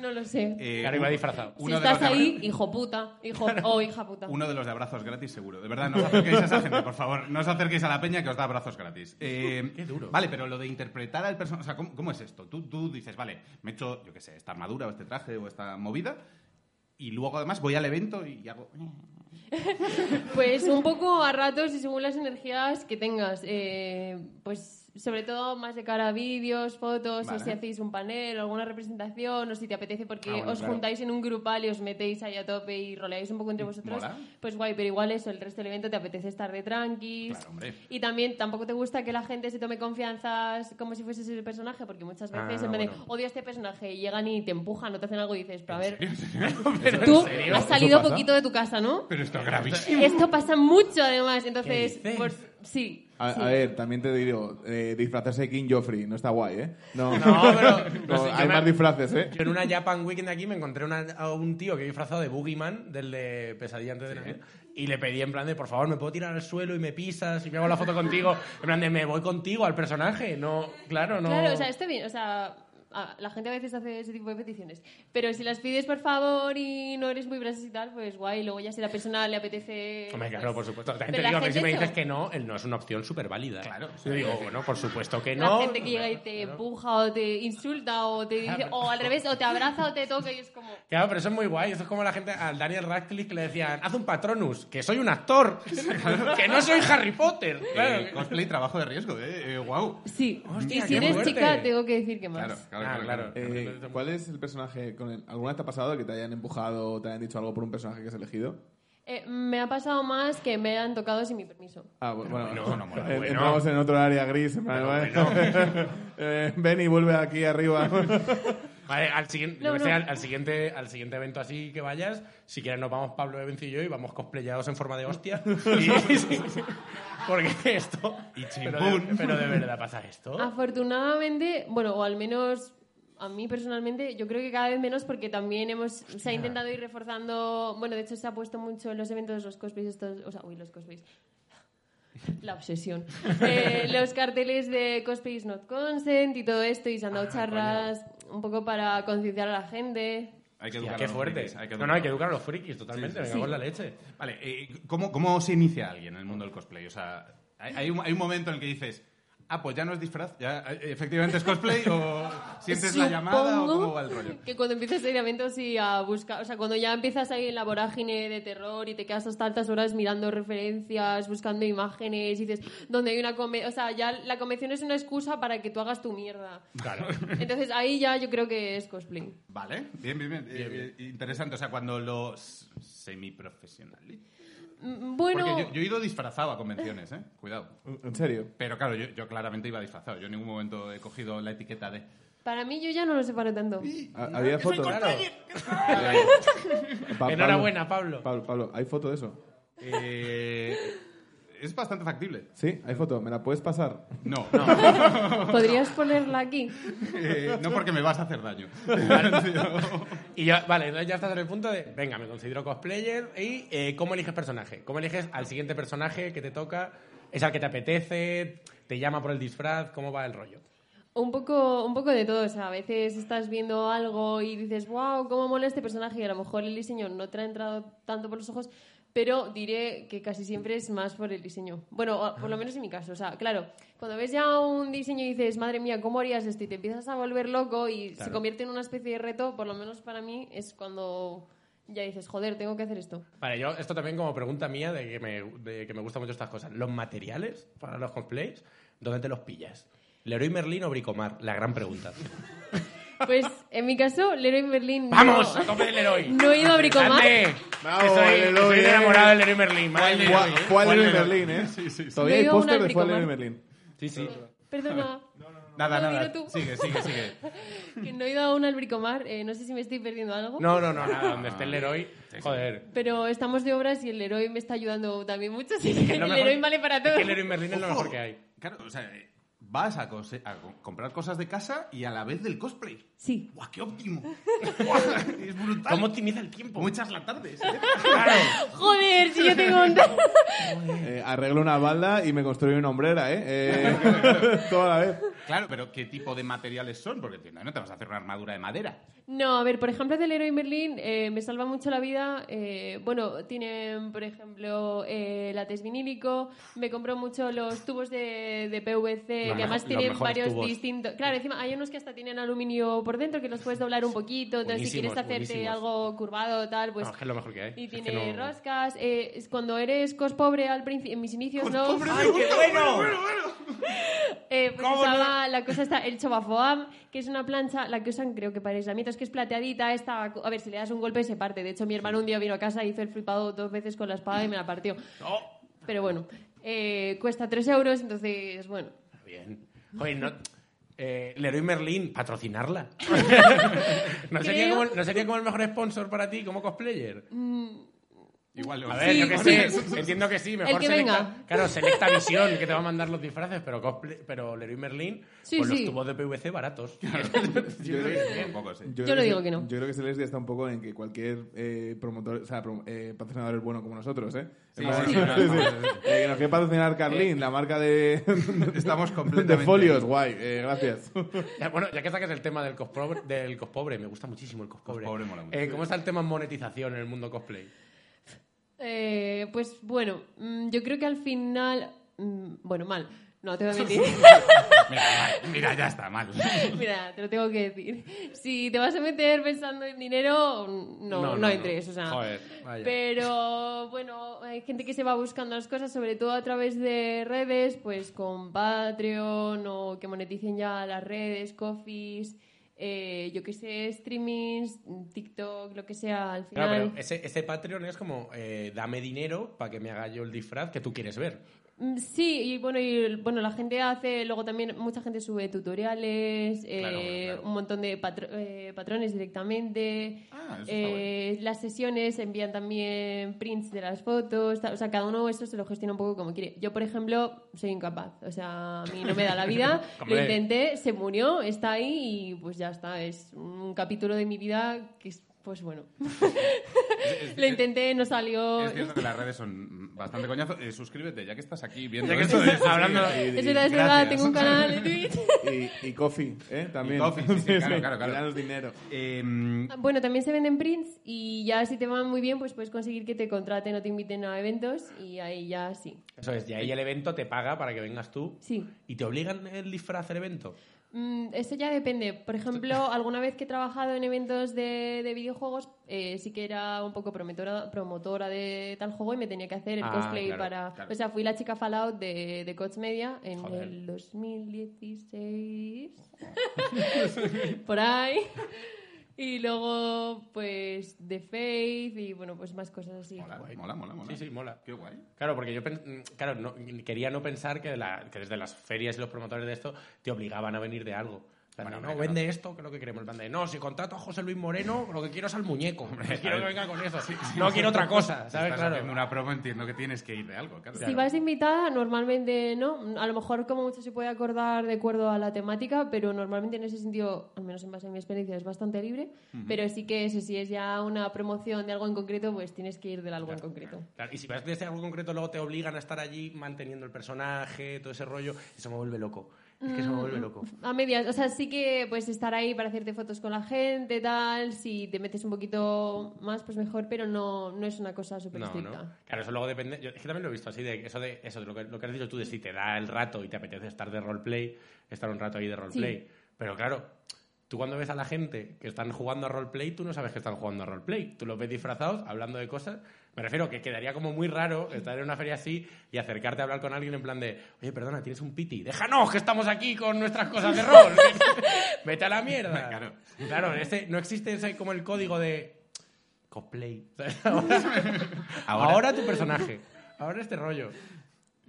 E: no lo sé.
B: eh,
D: Claro, iba disfrazado.
E: Si
B: uno de
E: estás
B: los de abra-
E: ahí, hijo puta,
D: (laughs)
E: hijo o hija puta.
B: Uno de los de abrazos gratis, seguro. De verdad, no os acerquéis a esa gente, por favor. No os acerquéis a la peña que os da abrazos gratis. Eh,
D: Qué duro.
B: Vale, pero lo de interpretar al personaje... O sea, ¿cómo, cómo es esto? Tú, tú dices, vale, me he hecho, yo qué sé, esta armadura o este traje o esta movida. y luego además voy al evento y hago...
E: Pues un poco a ratos y según las energías que tengas. Eh, pues sobre todo más de cara a vídeos, fotos, o
B: Vale.
E: si hacéis un panel, alguna representación, o si te apetece porque
B: Ah, bueno,
E: os
B: claro. Mm,
E: juntáis en un grupal y os metéis ahí a tope y roleáis un poco entre vosotros.
B: Mola.
E: Pues guay, pero igual eso, el resto del evento te apetece estar de tranquis.
B: Claro, hombre.
E: Y también tampoco te gusta que la gente se tome confianzas como si fueses el personaje, porque muchas veces
D: Ah,
E: en vez
D: bueno.
E: de odio a este personaje y llegan y te empujan o te hacen algo y dices, pero a ver,
B: Pero,
E: tú
B: (laughs) ¿en serio?
E: has salido poquito de tu casa, ¿no?
B: Pero esto es gravísimo.
E: Esto pasa mucho, además. Entonces,
D: ¿Qué dices?
E: por- sí.
C: A,
E: sí.
C: a ver, también te digo, eh, disfrazarse de King Joffrey no está guay, ¿eh? No,
D: No, pero-
C: No,
D: no sé, yo
C: hay
D: me-
C: más disfraces, ¿eh?
D: Yo en una Japan Weekend aquí me encontré una- a un tío que disfrazado de Boogeyman, del de Pesadilla antes de la Noche, y le pedí en plan de, por favor, ¿me puedo tirar al suelo y me pisas y me hago la foto contigo? En plan de, me voy contigo al personaje. No, claro, no...
E: Claro, o sea, está bien. O sea, a- la gente a veces hace ese tipo de peticiones. Pero si las pides por favor y no eres muy brasas y tal, pues guay. Luego ya si la persona le apetece...
D: Hombre,
E: pues-
D: claro, por supuesto. También te
E: Pero la
D: digo que
E: gente
D: si me
E: eso-
D: dices que no, el no es una opción súper válida. Claro. Yo digo, bueno, por supuesto que
E: La
D: no.
E: gente que llega y te empuja o te insulta o te dice... O al revés, o te abraza o te toca y es como...
D: Claro, pero eso es muy guay. Eso es como la gente, al Daniel Radcliffe que le decían, haz un Patronus, que soy un actor, (laughs) que no soy Harry Potter. Claro.
B: Eh, cosplay, trabajo de riesgo, ¿eh? eh wow.
E: Sí.
D: Hostia,
E: y si
D: qué
E: eres
D: fuerte.
E: chica, tengo que decir que más.
B: Claro, claro,
D: Ah,
B: claro.
D: claro.
C: Eh, ¿Cuál es el personaje con el... ¿Alguna vez te ha pasado que te hayan empujado o te hayan dicho algo por un personaje que has elegido?
E: Eh, me ha pasado más que me han tocado sin mi permiso.
C: Ah, bu- bueno,
B: bueno, no mola,
C: en-
B: bueno.
C: entramos en otro área gris. en plan, ¿vale? (laughs) Eh, ven y vuelve aquí arriba. (laughs)
D: Vale, al siguiente,
E: No,
D: yo que sé,
E: no.
D: al, al siguiente, al siguiente evento así que vayas, si quieres nos vamos Pablo Ebencio y yo y vamos cosplayados en forma de
B: (laughs)
D: hostia. Y- (laughs) sí, sí. porque esto... pero, de, pero de verdad pasa esto.
E: Ah. Afortunadamente, bueno, o al menos a mí personalmente, yo creo que cada vez menos porque también hemos, se ha intentado ir reforzando, bueno, de hecho se ha puesto mucho en los eventos los cosplays estos, o sea, uy, los cosplays. (laughs) La obsesión. Eh, los carteles de cosplays not consent y todo esto, y se han dado charlas un poco para concienciar a la gente.
B: Hay que
D: Hostia,
B: educar a
D: qué
B: los
D: fuerte.
B: frikis, hay que
D: no, no, hay que
B: educar.
D: educar a los frikis totalmente. Venga, con la leche.
B: Vale, eh, ¿cómo, ¿cómo se inicia alguien en el mundo del cosplay? O sea, hay, hay un, hay un momento en el que dices, ah, pues ya no es disfraz, ya eh, efectivamente es cosplay, o sientes la llamada, o
E: Supongo
B: cómo va el rollo.
E: Que cuando empiezas a ir a eventos y a buscar, o sea, cuando ya empiezas ahí en la vorágine de terror y te quedas hasta altas horas mirando referencias, buscando imágenes, y dices, donde hay una convención, o sea, ya la convención es una excusa para que tú hagas tu mierda.
D: Claro.
E: Entonces ahí ya yo creo que es cosplay.
B: Vale, bien, bien, bien. eh, eh, interesante, o sea, cuando los semiprofesionales.
E: Mm,
B: Porque
E: Bueno,
B: yo, yo he ido disfrazado a convenciones, ¿eh? Cuidado.
C: en serio.
B: Pero claro, yo, yo claramente iba disfrazado. Yo en ningún momento he cogido la etiqueta de...
E: para mí yo ya no lo separo tanto.
C: ¿Ha- ¿Había fotos? Pa-
D: Enhorabuena, Pablo. (laughs)
C: Pablo, Pablo, ¿hay foto de eso?
B: Eh, es bastante factible.
C: Sí, hay foto. ¿Me la puedes pasar?
B: No, no. (laughs)
E: ¿Podrías ponerla aquí?
B: Eh, no porque me vas a hacer daño.
D: Y ya, vale, entonces ya estás en el punto de, venga, me considero cosplayer y eh, ¿cómo eliges personaje? ¿Cómo eliges al siguiente personaje que te toca? ¿Es al que te apetece? ¿Te llama por el disfraz? ¿Cómo va el rollo?
E: Un poco, un poco de todo, o sea, a veces estás viendo algo y dices, wow, cómo mola este personaje, y a lo mejor el diseño no te ha entrado tanto por los ojos, pero diré que casi siempre es más por el diseño. Bueno, o- por lo menos en mi caso, o sea, claro, cuando ves ya un diseño y dices, madre mía, ¿cómo harías esto? Y te empiezas a volver loco y se convierte en una especie de reto, por lo menos para mí es cuando ya dices, joder, tengo que hacer esto.
D: Vale, yo esto también como pregunta mía de que me, de que me gustan mucho estas cosas. ¿Los materiales para los cosplays, dónde te los pillas? ¿Leroy Merlin o Bricomar? La gran pregunta.
E: Pues en mi caso, Leroy Merlin... no-
D: ¡Vamos! ¡A tope de Leroy!
E: No he ido a Bricomar.
D: ¡Grande!
C: Bravo,
D: Que soy, que soy
C: Leroy, eh.
D: enamorado de Leroy Merlin. madre mía.
C: Fua- Fue al Leroy Merlin, ¿eh? Todavía
E: Yo
C: hay
E: iba a una
C: póster de Fue al Leroy
E: bricomar.
C: Merlin.
D: Sí, sí.
E: Perdona.
B: Nada, nada.
E: No, dilo tú.
B: Sigue, sigue, sigue.
E: (laughs) Que no he ido aún al bricomar, eh, no sé si me estoy perdiendo algo.
D: No, no, no, nada. Donde esté el Leroy, joder.
E: Pero estamos de obras y el Leroy me está ayudando también mucho, así que
D: lo
E: el
D: mejor-
E: Leroy vale para
D: Es
E: todo.
D: que Leroy Merlin es lo mejor que hay.
B: Claro, o sea, eh, vas a, cose- a co- comprar cosas de casa y a la vez del cosplay.
E: Sí.
B: ¡Guau, qué
E: (laughs)
B: óptimo! Guau, es brutal.
D: ¿Cómo optimiza el tiempo?
B: Muchas las
E: (laughs)
B: tardes. ¿eh?
E: Joder,
D: (laughs)
E: si yo tengo un... (laughs)
B: (laughs)
C: Eh, (laughs) arreglo una balda y me construí una hombrera, ¿eh? Eh, toda la vez.
B: Claro, pero ¿qué tipo de materiales son? Porque entiendo, no te vas a hacer una armadura de madera.
E: No, a ver, por ejemplo, del héroe en Berlín eh, me salva mucho la vida. eh, bueno, tienen, por ejemplo, eh, látex vinílico. Me compro mucho los tubos de, de PVC,
D: Los
E: que además
D: mejo- los
E: tienen
D: mejores
E: varios
D: tubos.
E: distintos. Claro, encima hay unos que hasta tienen aluminio por dentro que los puedes doblar un poquito. Entonces, si
D: Buenísimos,
E: quieres hacerte
D: buenísimos.
E: algo curvado o tal, pues.
D: No, es que es lo mejor que hay.
E: Y
D: Es que
E: tiene
D: no-
E: roscas. eh, es cuando eres cos pobre al principio, en mis inicios, ¿no?
G: ¡Ay, qué bueno!
E: Eh, pues usaba la cosa está el chobafoam, que es una plancha, la que usan creo que para aislamientos, que es plateadita, esta, a ver, si le das un golpe se parte. De hecho, mi hermano un día vino a casa hizo el flipado dos veces con la espada y me la partió. Pero bueno, eh, cuesta 3 euros, entonces, bueno.
D: Bien. Joder, no... Eh, Leroy Merlin,
E: (laughs)
D: patrocinarla. no, sería
E: Creo-
D: como, no sería como el mejor sponsor para ti, como cosplayer.
B: Igual
D: A ver,
E: Sí,
D: yo que sé. Entiendo que sí. Mejor
E: que
D: selecta,
E: venga.
D: Claro, selecta visión que te va a mandar los disfraces, pero, cosplay- pero Leroy Merlin
E: Sí,
D: con
E: sí.
D: los tubos de PVC baratos.
C: Yo creo que-
B: Un poco, sí.
E: Yo
C: creo
E: le digo
C: se-
E: que no.
C: Yo creo que Celestia está un poco en que cualquier eh, promotor, o sea, prom- eh, patrocinador es bueno como nosotros, ¿eh?
B: Sí,
C: En plan,
B: sí, sí,
C: (laughs)
B: no, no, no,
C: Eh, que nos quiere patrocinar Carlín, la marca de, (laughs)
B: Estamos
C: de
B: completamente...
C: folios, guay,
B: (laughs)
C: eh, gracias.
D: (laughs) Ya, bueno, ya que saques el tema del cospobre, del cospobre me gusta muchísimo el cospobre.
B: Cospobre mola mucho.
D: Eh, ¿Cómo está el tema monetización en el mundo cosplay?
E: Eh, pues bueno, mm, yo creo que al final, mm, bueno, mal, no te voy
D: (laughs)
E: a mentir.
B: Mira, mal, mira, ya está, mal.
E: Mira, te lo tengo que decir. Si te vas a meter pensando en dinero, no, no, entres. O sea,
D: Joder, vaya.
E: Pero bueno, hay gente que se va buscando las cosas, sobre todo a través de redes, pues con Patreon o que moneticen ya las redes, coffees, eh, yo que sé, streamings, TikTok, lo que sea, al final.
D: Claro, pero ese, ese Patreon es como eh, dame dinero para que me haga yo el disfraz que tú quieres ver.
E: Mm, Sí, y bueno, y, bueno, la gente hace, luego también mucha gente sube tutoriales, eh,
B: claro.
E: un montón de patro- eh, patrones directamente,
B: Ah, eso está
E: eh, las sesiones envían también prints de las fotos, tal, o sea, cada uno eso se lo gestiona un poco como quiere. Yo, por ejemplo, soy incapaz, o sea, a mí no me da
B: (laughs)
E: la vida, lo
D: Hombre.
E: intenté, se murió, está ahí y pues ya está, es un capítulo de mi vida que es, pues bueno, (laughs) lo intenté, no salió...
B: Es cierto que las redes son bastante coñazo. Eh, suscríbete, ya que estás aquí viendo
D: Ya que
B: esto,
D: estás
B: eh,
D: hablando-
B: suscríbete.
E: Es verdad, es
B: Gracias.
E: verdad, tengo un
B: (laughs)
E: canal de Twitch.
C: Y, y coffee, ¿eh? También.
B: Y coffee,
C: (laughs)
B: sí, sí, claro, claro, claro.
C: Y danos dinero.
B: Eh,
E: Bueno, también se venden prints y ya si te van muy bien, pues puedes conseguir que te contraten o te inviten a eventos y ahí ya sí.
D: Eso es, y ahí el evento te paga para que vengas tú.
E: Sí.
D: ¿Y te obligan el disfraz al evento?
E: Mm, eso ya depende. Por
D: (laughs)
E: ejemplo, alguna vez que he trabajado en eventos de, de videojuegos, eh, sí que era un poco promotora, promotora de tal juego y me tenía que hacer el
D: Ah,
E: cosplay
D: claro,
E: para...
D: claro.
E: O sea, fui la chica Fallout de, de Coach Media en
D: Joder.
E: el
D: (laughs)
E: 2016. Por ahí. Y luego, pues, The Faith y, bueno, pues más cosas así.
B: mola, mola, mola, mola.
D: Sí, sí, mola.
B: Qué guay.
D: Claro, porque yo pen- mm, claro, no- quería no pensar que, la- que desde las ferias y los promotores de esto te obligaban a venir de algo. O sea,
B: Bueno,
D: no,
B: hombre,
D: no,
B: claro.
D: vende esto, que es lo que queremos. El plan de, no, si contrato a José Luis Moreno, lo que quiero es al muñeco. Pues quiero que venga con eso. no quiero otra cosa,
B: Estás
D: ¿sabes? Claro.
B: haciendo una promo, entiendo que tienes que ir de algo, claro.
E: Si vas invitada, normalmente no. A lo mejor, como mucho, se puede acordar de acuerdo a la temática, pero normalmente en ese sentido, al menos en base a mi experiencia, es bastante libre. Pero sí que eso, si es ya una promoción de algo en concreto, pues tienes que ir del algo en concreto.
D: Claro, y si vas desde algo concreto, luego te obligan a estar allí manteniendo el personaje, todo ese rollo. Eso me vuelve loco. Es que eso me vuelve loco.
E: A medias, o sea, sí que pues estar ahí para hacerte fotos con la gente, tal. Si te metes un poquito más, pues mejor, pero no, no es una cosa súper
D: No,
E: estricta.
D: no. Claro, eso luego depende. Yo, es que también lo he visto así, de eso de eso de lo, que, lo que has dicho tú, de si te da el rato y te apetece estar de roleplay, estar un rato ahí de roleplay. Pero claro, tú cuando ves a la gente que están jugando a roleplay, tú no sabes que están jugando a roleplay. Tú los ves disfrazados, hablando de cosas. Me refiero que quedaría como muy raro estar en una feria así y acercarte a hablar con alguien en plan de, oye, perdona, tienes un piti, déjanos que estamos aquí con nuestras cosas de rol. Vete a la mierda.
B: Claro.
D: Claro, ese- no existe ese como el código de cosplay. ¿sabes? (laughs) Ahora, tu personaje. Ahora este rollo.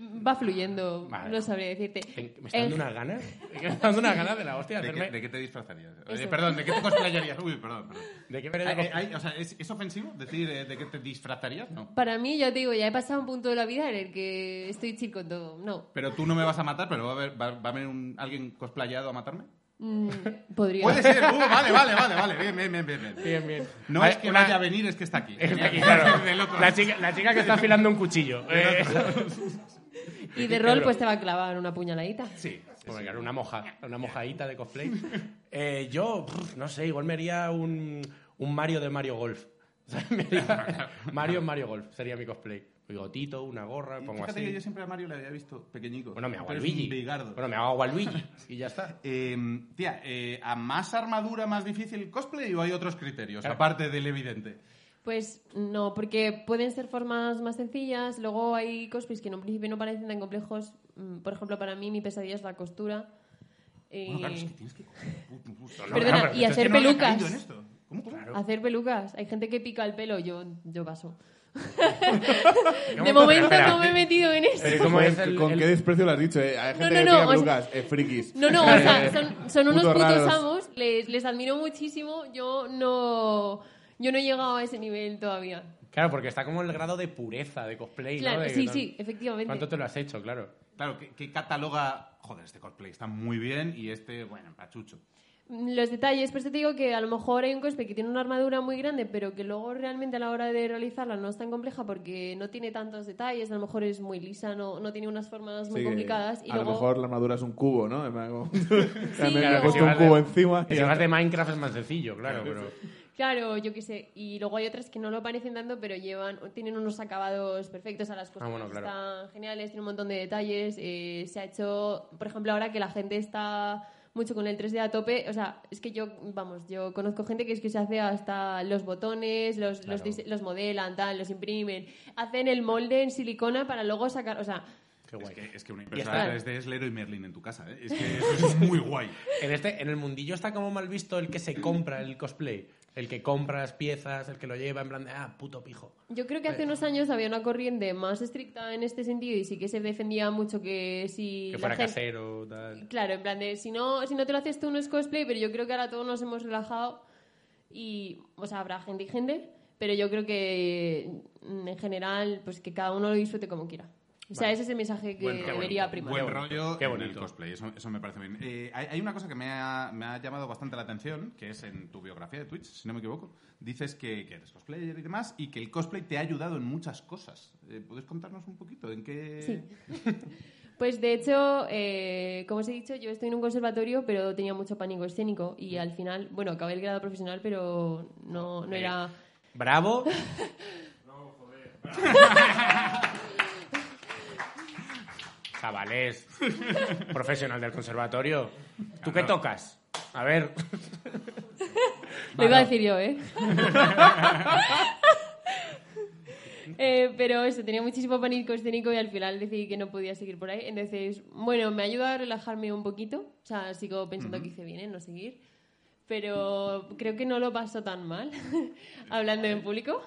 E: Va fluyendo,
D: Vale.
E: no sabría decirte.
D: Me está
E: En
D: dando una gana. (laughs) Me está dando una gana de la hostia de
B: ¿De qué,
D: hacerme.
B: de qué te disfrazarías? Oye,
E: Eso.
B: perdón, ¿de qué te cosplayarías? Uy, perdón, perdón.
D: ¿De qué
B: Ay, ay, ay, o sea, ¿es, es ofensivo decir eh, de qué te disfrazarías? No.
E: Para mí, ya te digo, ya he pasado un punto de la vida en el que estoy chill con todo. No,
B: Pero tú no me vas a matar, pero va a, haber- va- va a venir un- alguien cosplayado a matarme.
E: Mm, podría.
B: Puede ser, uh, vale, vale, vale, vale, bien, bien, bien, bien, bien.
D: Bien, bien.
B: No
D: Hay
B: es que
D: una-
B: vaya a venir, es que está aquí.
D: (laughs) Está aquí,
B: (laughs)
D: claro. La chica, la chica que está afilando un cuchillo. Eh,
E: Y de rol, pues te va a clavar una puñaladita.
B: Sí, sí,
D: Porque era una, moja, una mojadita
B: (laughs)
D: de cosplay. Eh, yo, pff, no sé, igual me haría un, un Mario de Mario Golf. (laughs) Me haría- Mario en Mario Golf sería mi cosplay. Un bigotito, una gorra, pongo
B: Fíjate que yo
D: así.
B: siempre a Mario le había visto pequeñico.
D: Bueno, me hago a
B: Pero es
D: Luigi.
B: un bigardo.
D: Bueno, me hago
B: (laughs)
D: a Luigi y ya está.
B: Eh, tía, eh, ¿a más armadura más difícil el cosplay o hay otros criterios, aparte del evidente?
E: Pues no, porque pueden ser formas más sencillas. Luego hay cosplays que en un principio no parecen tan complejos. Mm, Por ejemplo, para mí mi pesadilla es la costura. Eh,
B: Bueno, claro, es que tienes que... Perdona,
E: Perdona,
D: claro,
E: y
D: pero es
E: hacer
B: no había
E: pelucas.
B: caído en esto. ¿Cómo, cómo?
E: Hacer pelucas. Hay gente que pica el pelo, yo, yo paso.
D: momento,
E: de momento
D: espera,
E: no me he metido en eso.
D: Pero ¿cómo
C: Joder,
D: es el-
C: ¿Con
D: el-
C: qué desprecio lo has dicho? Eh? Hay
E: No,
C: gente
E: no,
C: que
E: no,
C: pega
E: o sea-
C: pelucas, eh, frikis.
E: No, no, o sea,
C: Eh,
E: son, son unos
C: putos
E: putos
C: raros.
E: amos, les, les admiro muchísimo, yo no, yo no he llegado a ese nivel todavía.
D: Claro, porque está como el grado de pureza de cosplay, ¿no?
E: Claro,
D: De-
E: sí,
D: ¿no?
E: sí, efectivamente.
D: ¿Cuánto te lo has hecho? Claro.
B: Claro, que, que cataloga... Joder, este cosplay está muy bien y este, bueno, pachucho.
E: Los detalles, por eso te digo que a lo mejor hay un cosplay que tiene una armadura muy grande, pero que luego realmente a la hora de realizarla no es tan compleja porque no tiene tantos detalles, a lo mejor es muy lisa, no, no tiene unas formas muy
C: Sí,
E: complicadas.
C: a
E: Y
C: lo
E: luego, (laughs)
C: mejor la armadura es un cubo, ¿no? Me, hago- me
E: luego-
C: he puesto un
D: vas de-
C: cubo encima.
D: Que
C: y
D: si
C: ya
D: vas de Minecraft es más sencillo, claro, pero...
E: Claro, yo qué sé. Y luego hay otras que no lo parecen tanto, pero llevan, tienen unos acabados perfectos a las cosas.
D: Ah, bueno, claro.
E: Están geniales, tienen un montón de detalles. eh, se ha hecho, por ejemplo, ahora que la gente está mucho con el 3D a tope, o sea, es que yo, vamos, yo conozco gente que es que se hace hasta los botones, los, los, dise- los modelan, tal, los imprimen, hacen el molde en silicona para luego sacar, o sea,
D: Qué
B: Es
D: guay.
B: que, es que una
E: está.
B: impresora de 3D es Leroy Merlin en tu casa, ¿eh? Es (laughs) que eso es muy guay.
D: En, este, en el mundillo está como mal visto el que se compra el cosplay. El que compra las piezas, el que lo lleva, en plan de, ah, puto pijo.
E: Yo creo que hace unos años había una corriente más estricta en este sentido y sí que se defendía mucho que si
D: Que
E: la
D: fuera
E: gente-
D: casero, tal.
E: Claro, en plan de, si no, si no te lo haces tú no es cosplay, pero yo creo que ahora todos nos hemos relajado y, o sea, habrá gente y gente, pero yo creo que mm, en general, pues que cada uno lo disfrute como quiera. O sea, ese es el mensaje que debería primar.
B: Buen
D: bonito.
B: rollo
D: Qué
B: en
D: bonito.
B: el cosplay, eso, eso me parece bien. Eh, hay, hay una cosa que me ha, me ha llamado bastante la atención, que es en tu biografía de Twitch, si no me equivoco. Dices que, que eres cosplayer y demás, y que el cosplay te ha ayudado en muchas cosas. Eh, ¿Puedes contarnos un poquito en qué...?
E: Sí.
B: (laughs)
E: Pues de hecho, eh, como os he dicho, yo estoy en un conservatorio, pero tenía mucho pánico escénico
B: Mm.
E: y al final, bueno, acabé el grado profesional, pero no,
B: Eh,
E: no era... (laughs)
D: Bravo. Jabalés. Profesional del conservatorio. ¿Tú qué tocas? A ver.
E: Lo iba a decir yo, ¿eh? Eh, pero eso, tenía muchísimo pánico escénico y al final decidí que no podía seguir por ahí. Entonces, bueno, me ayuda a relajarme un poquito. O sea, sigo pensando que hice bien en no seguir. Pero creo que no lo paso tan mal (laughs) hablando en público.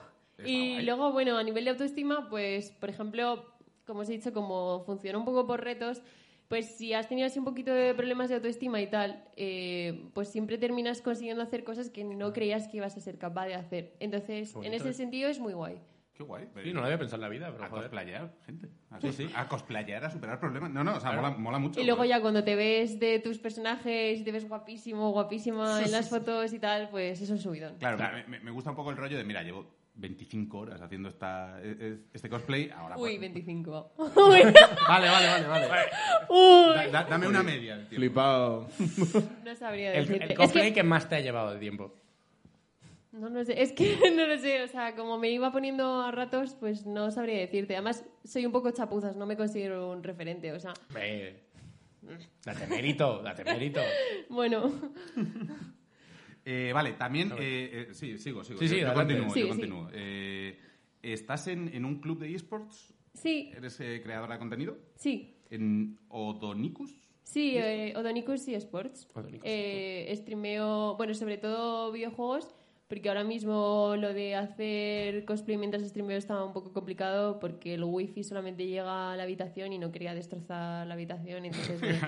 E: Y luego, bueno, a nivel de autoestima, pues, por ejemplo, como os he dicho, como funciona un poco por retos, pues si has tenido así un poquito de problemas de autoestima y tal, eh, pues siempre terminas consiguiendo hacer cosas que no creías que ibas a ser capaz de hacer. Entonces, en ese sentido es muy guay.
B: Qué guay. pero-
D: Sí, no lo había pensado en la vida, pero
B: A
D: joder.
B: cosplayar, gente. A, cos- a cosplayar, a superar problemas. No, no, o sea, mola, mola mucho.
E: Y luego
B: joder.
E: ya cuando te ves de tus personajes y te ves guapísimo, guapísima en las fotos y tal, pues eso es un subidón.
B: Claro, me- Me, me gusta un poco el rollo de, mira, llevo 25 horas haciendo esta, e- e- este cosplay, ahora...
E: Uy,
B: pues-
D: (laughs)
E: 25. Uy.
B: Vale, vale, vale, vale. Da-
E: Uy.
B: da- dame una media. tío.
C: Flipado.
E: No sabría
D: El,
E: decirte.
D: el
E: Es
D: cosplay
E: que-
D: que más te ha llevado de tiempo.
E: No lo sé, es que (laughs) no lo sé, o sea, como me iba poniendo a ratos, pues no sabría decirte. Además, soy un poco chapuzas, no me considero un referente, o sea, (laughs)
D: Eh, Date mérito, date mérito.
E: bueno, (laughs)
B: Eh, vale, también... eh, eh, sí, sigo, sigo.
D: Sí, sí,
B: yo, yo
D: adelante.
B: continúo,
E: Sí,
B: yo
E: sí.
B: continúo. Eh, ¿Estás en, en un club de esports?
E: sí,
B: ¿Eres eh, creadora de contenido?
E: sí,
B: ¿En Odonicus?
E: sí, eh, Odonicus y Sports.
D: Odonicus,
E: Eh, streameo, bueno, sobre todo videojuegos, porque ahora mismo lo de hacer cosplay mientras streameo estaba un poco complicado porque el wifi solamente llega a la habitación y no quería destrozar la habitación, entonces bueno,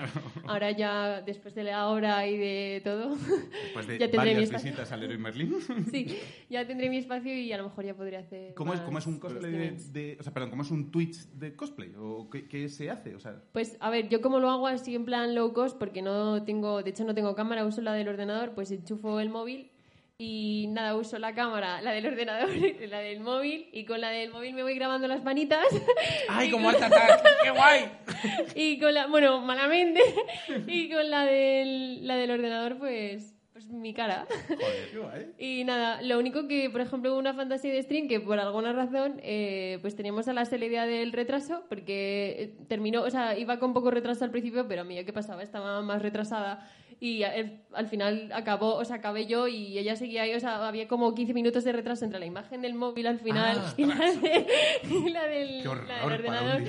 E: ahora ya después de la hora y de todo,
B: Después de
E: (laughs) ya tendré mi
B: varias
E: espacio.
B: visitas al Leroy
E: (laughs)
B: Merlin.
E: Sí, ya tendré mi espacio y a lo mejor ya podría hacer.
B: ¿Cómo es,
E: más
B: ¿Cómo es un cosplay de,
E: streamings.
B: de- O sea, perdón, ¿cómo es un Twitch de cosplay? ¿O qué, qué se hace? O sea,
E: Pues a ver, yo como lo hago así en plan low cost, porque no tengo, de hecho no tengo cámara, uso la del ordenador, pues enchufo el móvil Y nada, uso la cámara, la del ordenador, (laughs) la del móvil, y con la del móvil me voy grabando las manitas. (laughs)
D: ¡Ay,
E: Y
D: como
E: con-
D: Art Attack! ¡Qué guay!
E: (laughs) y con la, bueno, malamente, (laughs) y con la del, la del ordenador, pues, pues mi cara. (laughs) Y nada, lo único que, por ejemplo, hubo una fantasía de stream que por alguna razón, eh, pues teníamos a la celeridad del retraso, porque eh, terminó, o sea, iba con poco retraso al principio, pero a mí, ¿qué pasaba? Estaba más retrasada y a- el- al final acabó, o sea, acabé yo y ella seguía ahí, o sea, había como 15 minutos de retraso entre la imagen del móvil al final y, la de- (laughs) y la del,
B: Ah, Qué horror
E: la del
B: para
E: ordenador.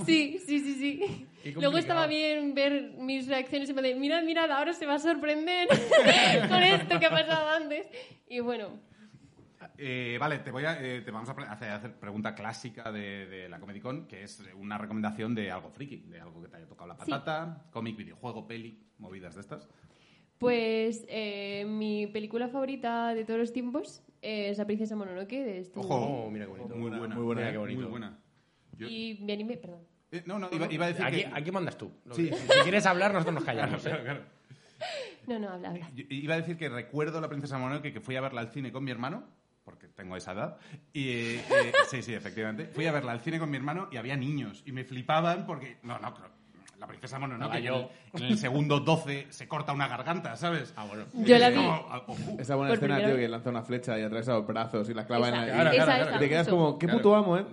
B: un (laughs)
E: Sí, sí, sí, sí. Luego estaba bien ver mis reacciones en plan de, mirad, mirad, ahora se va a sorprender (laughs) con esto que ha pasado antes. Y bueno,
B: Eh, vale, te, voy a, eh, te vamos a pre- hacer, hacer pregunta clásica de, de la Comic Con, que es una recomendación de algo friki, de algo que te haya tocado la patata, cómic, videojuego, peli, movidas de estas.
E: pues eh, mi película favorita de todos los tiempos es La princesa Mononoke de este
B: Ojo,
D: mira qué bonito.
B: muy buena, muy
C: buena,
B: buena,
C: qué bonito.
B: muy buena. Yo-
E: Y me animé, perdón.
B: eh, no, no, iba, iba a decir
D: Aquí,
B: que...
D: aquí mandas tú. Lo
B: Sí,
D: que-
B: sí,
D: Si quieres hablar, nosotros nos callamos. ¿eh?
E: No, no, habla, habla.
B: Yo iba a decir que recuerdo La Princesa Mononoke que fui a verla al cine con mi hermano, porque tengo esa edad. Y, eh, eh, sí, sí, efectivamente. Fui a verla al cine con mi hermano y había niños. Y me flipaban porque. No, no, creo- La Princesa Mononoke.
D: Estaba
B: en
D: yo.
B: el- En el segundo 12 se corta una garganta, ¿sabes? Ah, bueno.
E: Yo la vi.
B: oh, uh.
C: Esa buena
E: Por
C: escena,
E: primera
C: tío,
E: vez.
C: que lanza una flecha y atraviesa los brazos y la clava
E: Esa,
C: en la...
E: Claro,
C: y-
E: esa,
C: y
E: esa,
C: te quedas
E: justo.
C: como, qué
B: Claro.
C: puto (laughs) amo, ¿eh?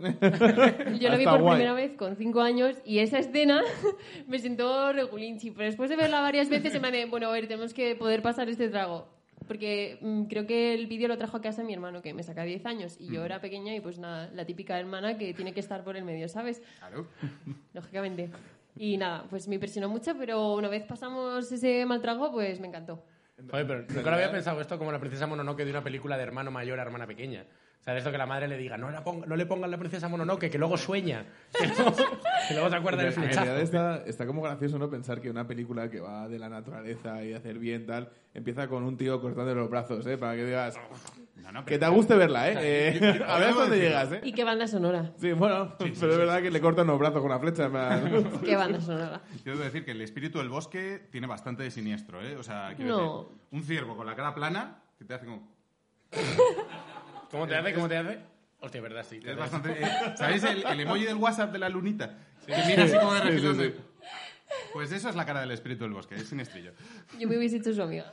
E: Yo lo vi
C: Está
E: por
C: guay.
E: primera vez con 5 años y esa escena (laughs) me sentó regulinchi. Pero después de verla varias veces, se me de, bueno, a ver, tenemos que poder pasar este trago. Porque mm, creo que el vídeo lo trajo a casa mi hermano, que me saca 10 años. Y yo era pequeña y pues nada, la típica hermana que tiene que estar por el medio, ¿sabes?
B: Claro.
E: (laughs) Lógicamente. Y nada, pues me impresionó mucho, pero una vez pasamos ese mal trago, pues me encantó.
D: Joder, pero nunca lo había pensado esto como la princesa Mononoke de una película de hermano mayor a hermana pequeña. O sea, de esto que la madre le diga, no, la ponga- no le pongas la princesa Mononoke, que luego sueña. (laughs) Que luego, que luego se acuerda del
C: En realidad
D: flechazo.
C: está, está como gracioso, ¿no? Pensar que una película que va de la naturaleza y de hacer bien, tal, empieza con un tío cortando los brazos, ¿eh? Para que digas...
B: No, no,
C: Que te
B: pero-
C: guste verla, ¿eh? Eh, (laughs) a ver
B: yo- yo-
C: dónde
B: yo-
C: llegas, ¿eh?
E: ¿Y qué
D: (laughs)
E: banda sonora?
C: Sí, bueno, pero es verdad que le cortan los brazos con una flecha. en plan. (laughs)
E: ¿Qué banda sonora?
B: Yo debo decir que el espíritu del bosque tiene bastante de siniestro, ¿eh? O sea, quiero
E: No.
B: decir, un ciervo con la cara plana que te hace como...
D: ¿Cómo te hace? ¿Cómo te hace? Hostia, verdad, sí. te
B: Es
D: hace.
B: bastante... eh, ¿Sabéis el, el emoji del WhatsApp de la lunita? Que mira así como de refilón de- Pues eso es la cara del espíritu del bosque, es siniestrillo.
E: Yo me hubiese hecho su amiga.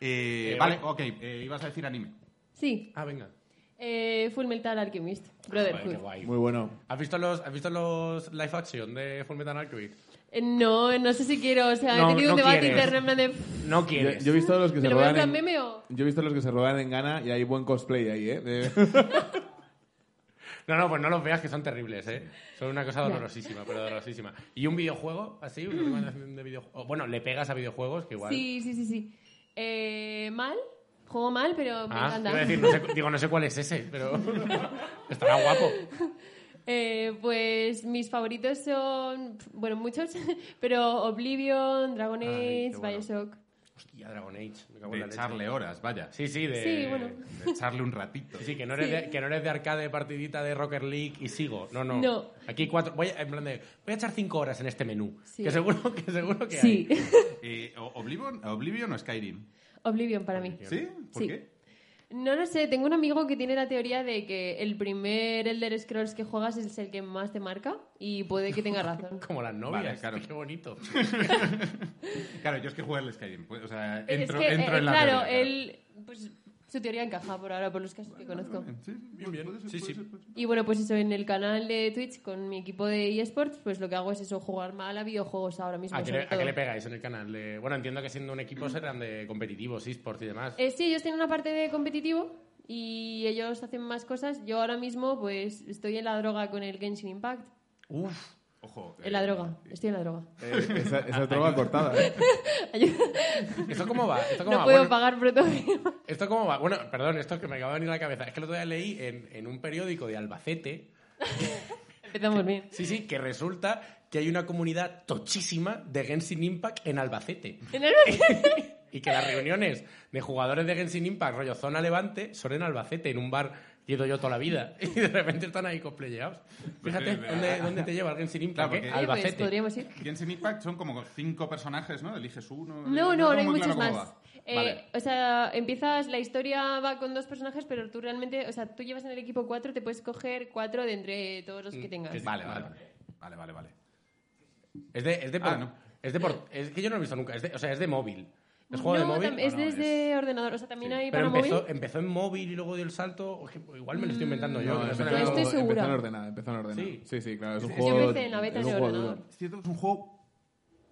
B: Eh,
D: Eh,
B: vale,
D: vale.
B: ok, eh, ibas a decir anime.
E: Sí,
D: Ah, venga.
E: eh, Full Metal Alchemist,
D: Joder, Ah, qué
E: Brotherhood.
D: guay.
C: Muy bueno.
D: ¿Has visto los, has visto los live action de Fullmetal Alchemist?
E: Eh, No, no sé si quiero, o sea,
D: No,
E: he tenido
D: no
E: un debate
D: quieres.
E: interno en plan de... "Pff,
D: No
C: Yo,
D: quieres.
C: yo he visto los que se
E: ¿Pero veo en
C: rodan
E: plan
C: en,
E: meme o...?
C: Yo he visto los que se rodan en Ghana y hay buen cosplay ahí, ¿eh? De-
D: No, no, pues no los veas que son terribles, ¿eh? Son una cosa dolorosísima, pero dolorosísima. ¿Y un videojuego así? (clears throat) ¿Una recomendación de videojuego? Bueno, le pegas a videojuegos, que igual.
E: Sí, sí, sí, sí. Eh, mal, juego mal, pero me
D: Ah,
E: encanta.
D: iba a decir, no sé, cu- digo, no sé cuál es ese, pero (laughs) estará guapo.
E: Eh, pues mis favoritos son, pf, bueno, muchos, (laughs) pero Oblivion, Dragon
D: Ay,
E: Age,
D: qué bueno.
E: Bioshock.
D: Hostia, Dragon Age. Me cago en
B: De
D: la leche.
B: echarle horas, vaya.
D: Sí, sí, de...
E: Sí, bueno.
B: De echarle un ratito.
D: Sí, sí, que no, eres De, que no eres de arcade, partidita de Rocket League y sigo. No, no.
E: No.
D: Aquí cuatro... Voy a, en plan de, voy a echar cinco horas en este menú.
E: Sí.
D: Que seguro que, seguro que
E: Sí,
D: hay.
B: Eh, ¿O- Oblivion, Oblivion o Skyrim.
E: (laughs) Oblivion para mí.
B: ¿Sí? ¿Por
E: Sí.
B: qué?
E: No lo sé, tengo un amigo que tiene la teoría de que el primer Elder Scrolls que juegas es el que más te marca y puede que
D: (laughs)
E: tenga razón.
D: Como las novias.
B: Vale, claro.
D: Qué bonito.
B: Claro, yo es que juego al Skyrim. pues, o sea, entro,
E: es que,
B: entro
E: eh,
B: en la
E: claro,
B: teoría, claro.
E: él, pues, su teoría encaja por ahora, por los casos que conozco.
B: Sí, bien, bien.
D: Sí, sí.
E: Y bueno, pues eso, en el canal de Twitch con mi equipo de eSports, pues lo que hago es eso, jugar mal a videojuegos ahora mismo.
D: ¿A qué, le,
E: sobre
D: a
E: todo.
D: qué le pegáis en el canal? Le- bueno, entiendo que siendo un equipo serán de competitivos, esports y demás.
E: Eh, sí, ellos tienen una parte de competitivo y ellos hacen más cosas. Yo ahora mismo, pues, estoy en la droga con el Genshin Impact.
D: Uf,
B: Ojo.
E: En la droga, estoy en la droga.
C: eh, esa esa droga cortada. ¿eh?
D: ¿esto cómo va? ¿Esto cómo
E: No
D: va?
E: puedo
D: Bueno,
E: pagar pronto.
D: ¿Esto cómo va? Bueno, perdón, esto que me acaba de venir a la cabeza. Es que el otro día leí en, en un periódico de Albacete,
E: (laughs)
D: (laughs)
E: Empezamos bien.
D: sí, sí, que resulta que hay una comunidad tochísima de Genshin Impact en Albacete.
E: En el-
D: Y que las reuniones de jugadores de Genshin Impact, rollo Zona Levante, son en Albacete, en un bar he ido yo toda la vida. (laughs) Y de repente están ahí cosplayados. Fíjate,
B: Pues, eh,
D: ¿dónde, dónde te lleva alguien sin
B: Claro,
D: implant? ¿Qué?
B: porque-
E: Oye, pues
D: Albacete.
E: podríamos ir.
B: Genshin Impact son como cinco personajes, ¿no? Eliges uno.
E: No, no,
B: tengo
E: no hay
B: muy
E: muchos
B: claro cómo
E: más.
B: va.
E: Eh,
B: Vale.
E: O sea, empiezas, la historia va con dos personajes, pero tú realmente, o sea, tú llevas en el equipo cuatro, te puedes coger cuatro de entre todos los que
D: Mm,
E: tengas.
B: Vale, vale, vale. Vale, vale, vale.
D: Es de, es de,
B: Ah,
D: por-
B: no.
D: es de por- es que yo no lo he visto nunca. Es de- o sea, es de móvil. ¿Es juego
E: No,
D: de móvil?
E: tam- es
D: Ah, no,
E: desde ordenador, o sea, también hay para
D: Pero empezó,
E: móvil.
D: empezó en móvil y luego dio el salto. o que- igual me lo estoy inventando yo.
C: No,
D: que me
C: empezó,
D: suena
E: no
D: como-
E: estoy
C: empezó
E: segura.
C: en ordenada, empezó en ordenada.
D: Sí.
C: Sí, sí, claro, es un
E: Yo
C: juego
E: empecé en la beta
C: es
E: en
C: un juego
E: ordenador.
C: duro.
B: Es cierto que es un juego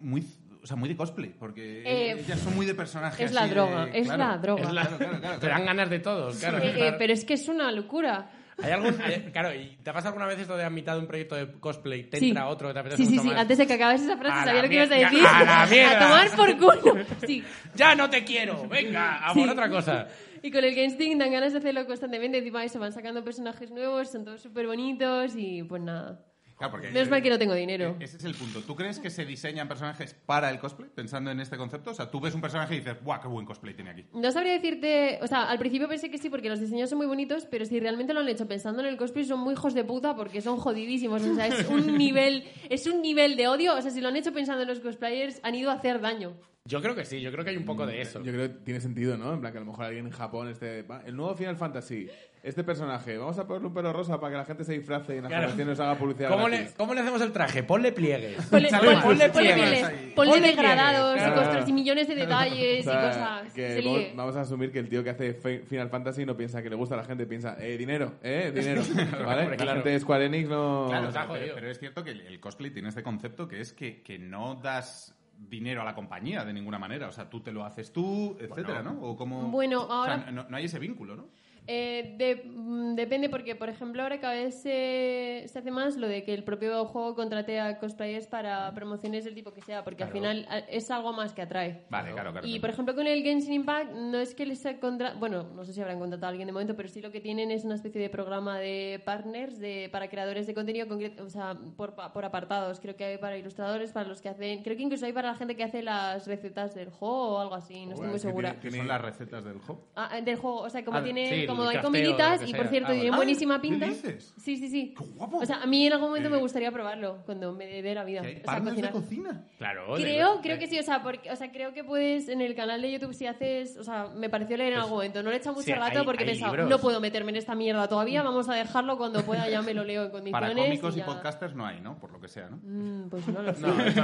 B: muy, o sea, muy de cosplay, porque
E: Eh,
B: ellas son muy de personajes.
E: es la
B: así de-
E: droga, es la droga.
D: Es la-
B: Claro, claro, claro,
D: (laughs) Te
B: claro.
D: dan ganas de todos, claro.
E: Eh, eh,
D: Estar-
E: pero es que es una locura.
D: ¿Hay algún, hay- claro, ¿y ¿te ha pasado alguna vez esto de a mitad de un proyecto de cosplay te entra otro que te apetece
E: sí, sí,
D: mucho
E: sí.
D: más?
E: Antes de que acabes esa
D: A
E: frase,
D: la
E: sabía lo que ibas (laughs) a
D: mierda,
E: decir.
D: a la mierda.
E: tomar por culo. Sí.
D: ¡Ya no te quiero! ¡Venga, a por
E: Sí.
D: otra cosa!
E: Y con el Game Stick dan ganas de hacerlo constantemente. Encima eso, van sacando personajes nuevos, son todos súper bonitos y pues nada.
B: Claro, porque- e-,
E: Menos mal que no tengo dinero.
B: Ese es el punto. ¿Tú crees que se diseñan personajes para el cosplay, pensando en este concepto? O sea, tú ves un personaje y dices, ¡guau, qué buen cosplay tiene aquí!
E: No sabría decirte, o sea, al principio pensé que sí porque los diseños son muy bonitos, pero si realmente lo han hecho pensando en el cosplay son muy hijos de puta porque son jodidísimos, o sea, es (laughs) un nivel, es un nivel de odio, o sea, si lo han hecho pensando en los cosplayers han ido a hacer (laughs) daño.
D: Yo creo que sí, yo creo que hay un poco de eso.
C: Mm, Yo creo que tiene sentido, ¿no? En plan, que a lo mejor alguien en Japón este... va, El nuevo Final Fantasy, este personaje, vamos a ponerle un pelo rosa para que la gente se disfrace y en las
D: Claro.
C: generaciones haga publicidad
D: ¿Cómo
C: gratis.
D: le, ¿Cómo le hacemos el traje? Ponle pliegues.
E: Ponle,
D: Salud,
E: ponle-
D: ponle
E: ponle
D: pliegues.
E: pieles,
D: ahí.
E: ponle
D: Ponle
E: degradados
D: pliegues,
E: y
D: claro.
E: cosas y millones de detalles
C: O sea,
E: y cosas.
C: que
E: Se
C: vamos-
E: líe.
C: vamos a asumir que el tío que hace Fe- Final Fantasy no piensa que le gusta a la gente, piensa, eh, dinero,
D: (laughs)
C: eh, dinero. ¿Vale?
D: Hombre,
C: La
D: claro.
C: gente de Square Enix no.
B: Claro,
D: nos ha
B: pero-
D: jodido.
B: pero, pero es cierto que el, el cosplay tiene este concepto que es que, que no das dinero a la compañía de ninguna manera. O sea, tú te lo haces tú, etcétera, ¿no? O como...
E: Bueno,
B: o sea,
E: ahora-
B: no, no hay ese vínculo, ¿no?
E: Eh, de- mm, depende porque, por ejemplo, ahora cada vez se, se hace más lo de que el propio juego contrate a cosplayers para promociones del tipo que sea, porque al final a- es algo más que atrae.
B: Vale, claro, claro.
E: Y por ejemplo con el Genshin Impact no es que les ha contra... bueno, no sé si habrán contratado a alguien de momento, pero sí lo que tienen es una especie de programa de partners de para creadores de contenido concreto, o sea, por, pa- por apartados, creo que hay para ilustradores, para los que hacen, creo que incluso hay para la gente que hace las recetas del juego o algo así, no estoy muy segura.
B: ¿Qué son las recetas del hop?
E: Ah, eh, del juego, o sea, como
D: Ah,
E: tiene
D: sí, el
E: como hay
D: crafteo, lo
E: comiditas
D: que
E: y
D: sea.
E: por cierto
D: Ah,
E: tiene
B: vale.
E: buenísima
B: Ah, ¿qué
E: pinta.
B: dices?
E: Sí, sí, sí.
B: ¡Qué guapo!
E: O sea, a mí en algún momento me gustaría probarlo cuando me dé la vida.
B: ¿Que hay
E: O sea,
B: partners de
E: cocinar.
B: cocina?
D: Claro. eh, de-
E: Creo, creo que sí, o sea, porque, o sea, creo que puedes en el canal de YouTube si haces, o sea, me pareció leer en algún momento, no le he echado mucho
D: sí,
E: rato
D: hay-
E: porque he
D: hay
E: pensado,
D: libros.
E: no puedo meterme en esta mierda todavía, vamos a dejarlo cuando pueda, ya me lo leo en condiciones.
B: Para cómicos y
E: ya.
B: podcasters no hay, ¿no? Por lo que sea, ¿no?
E: Mm, pues no lo sé.
D: No, esto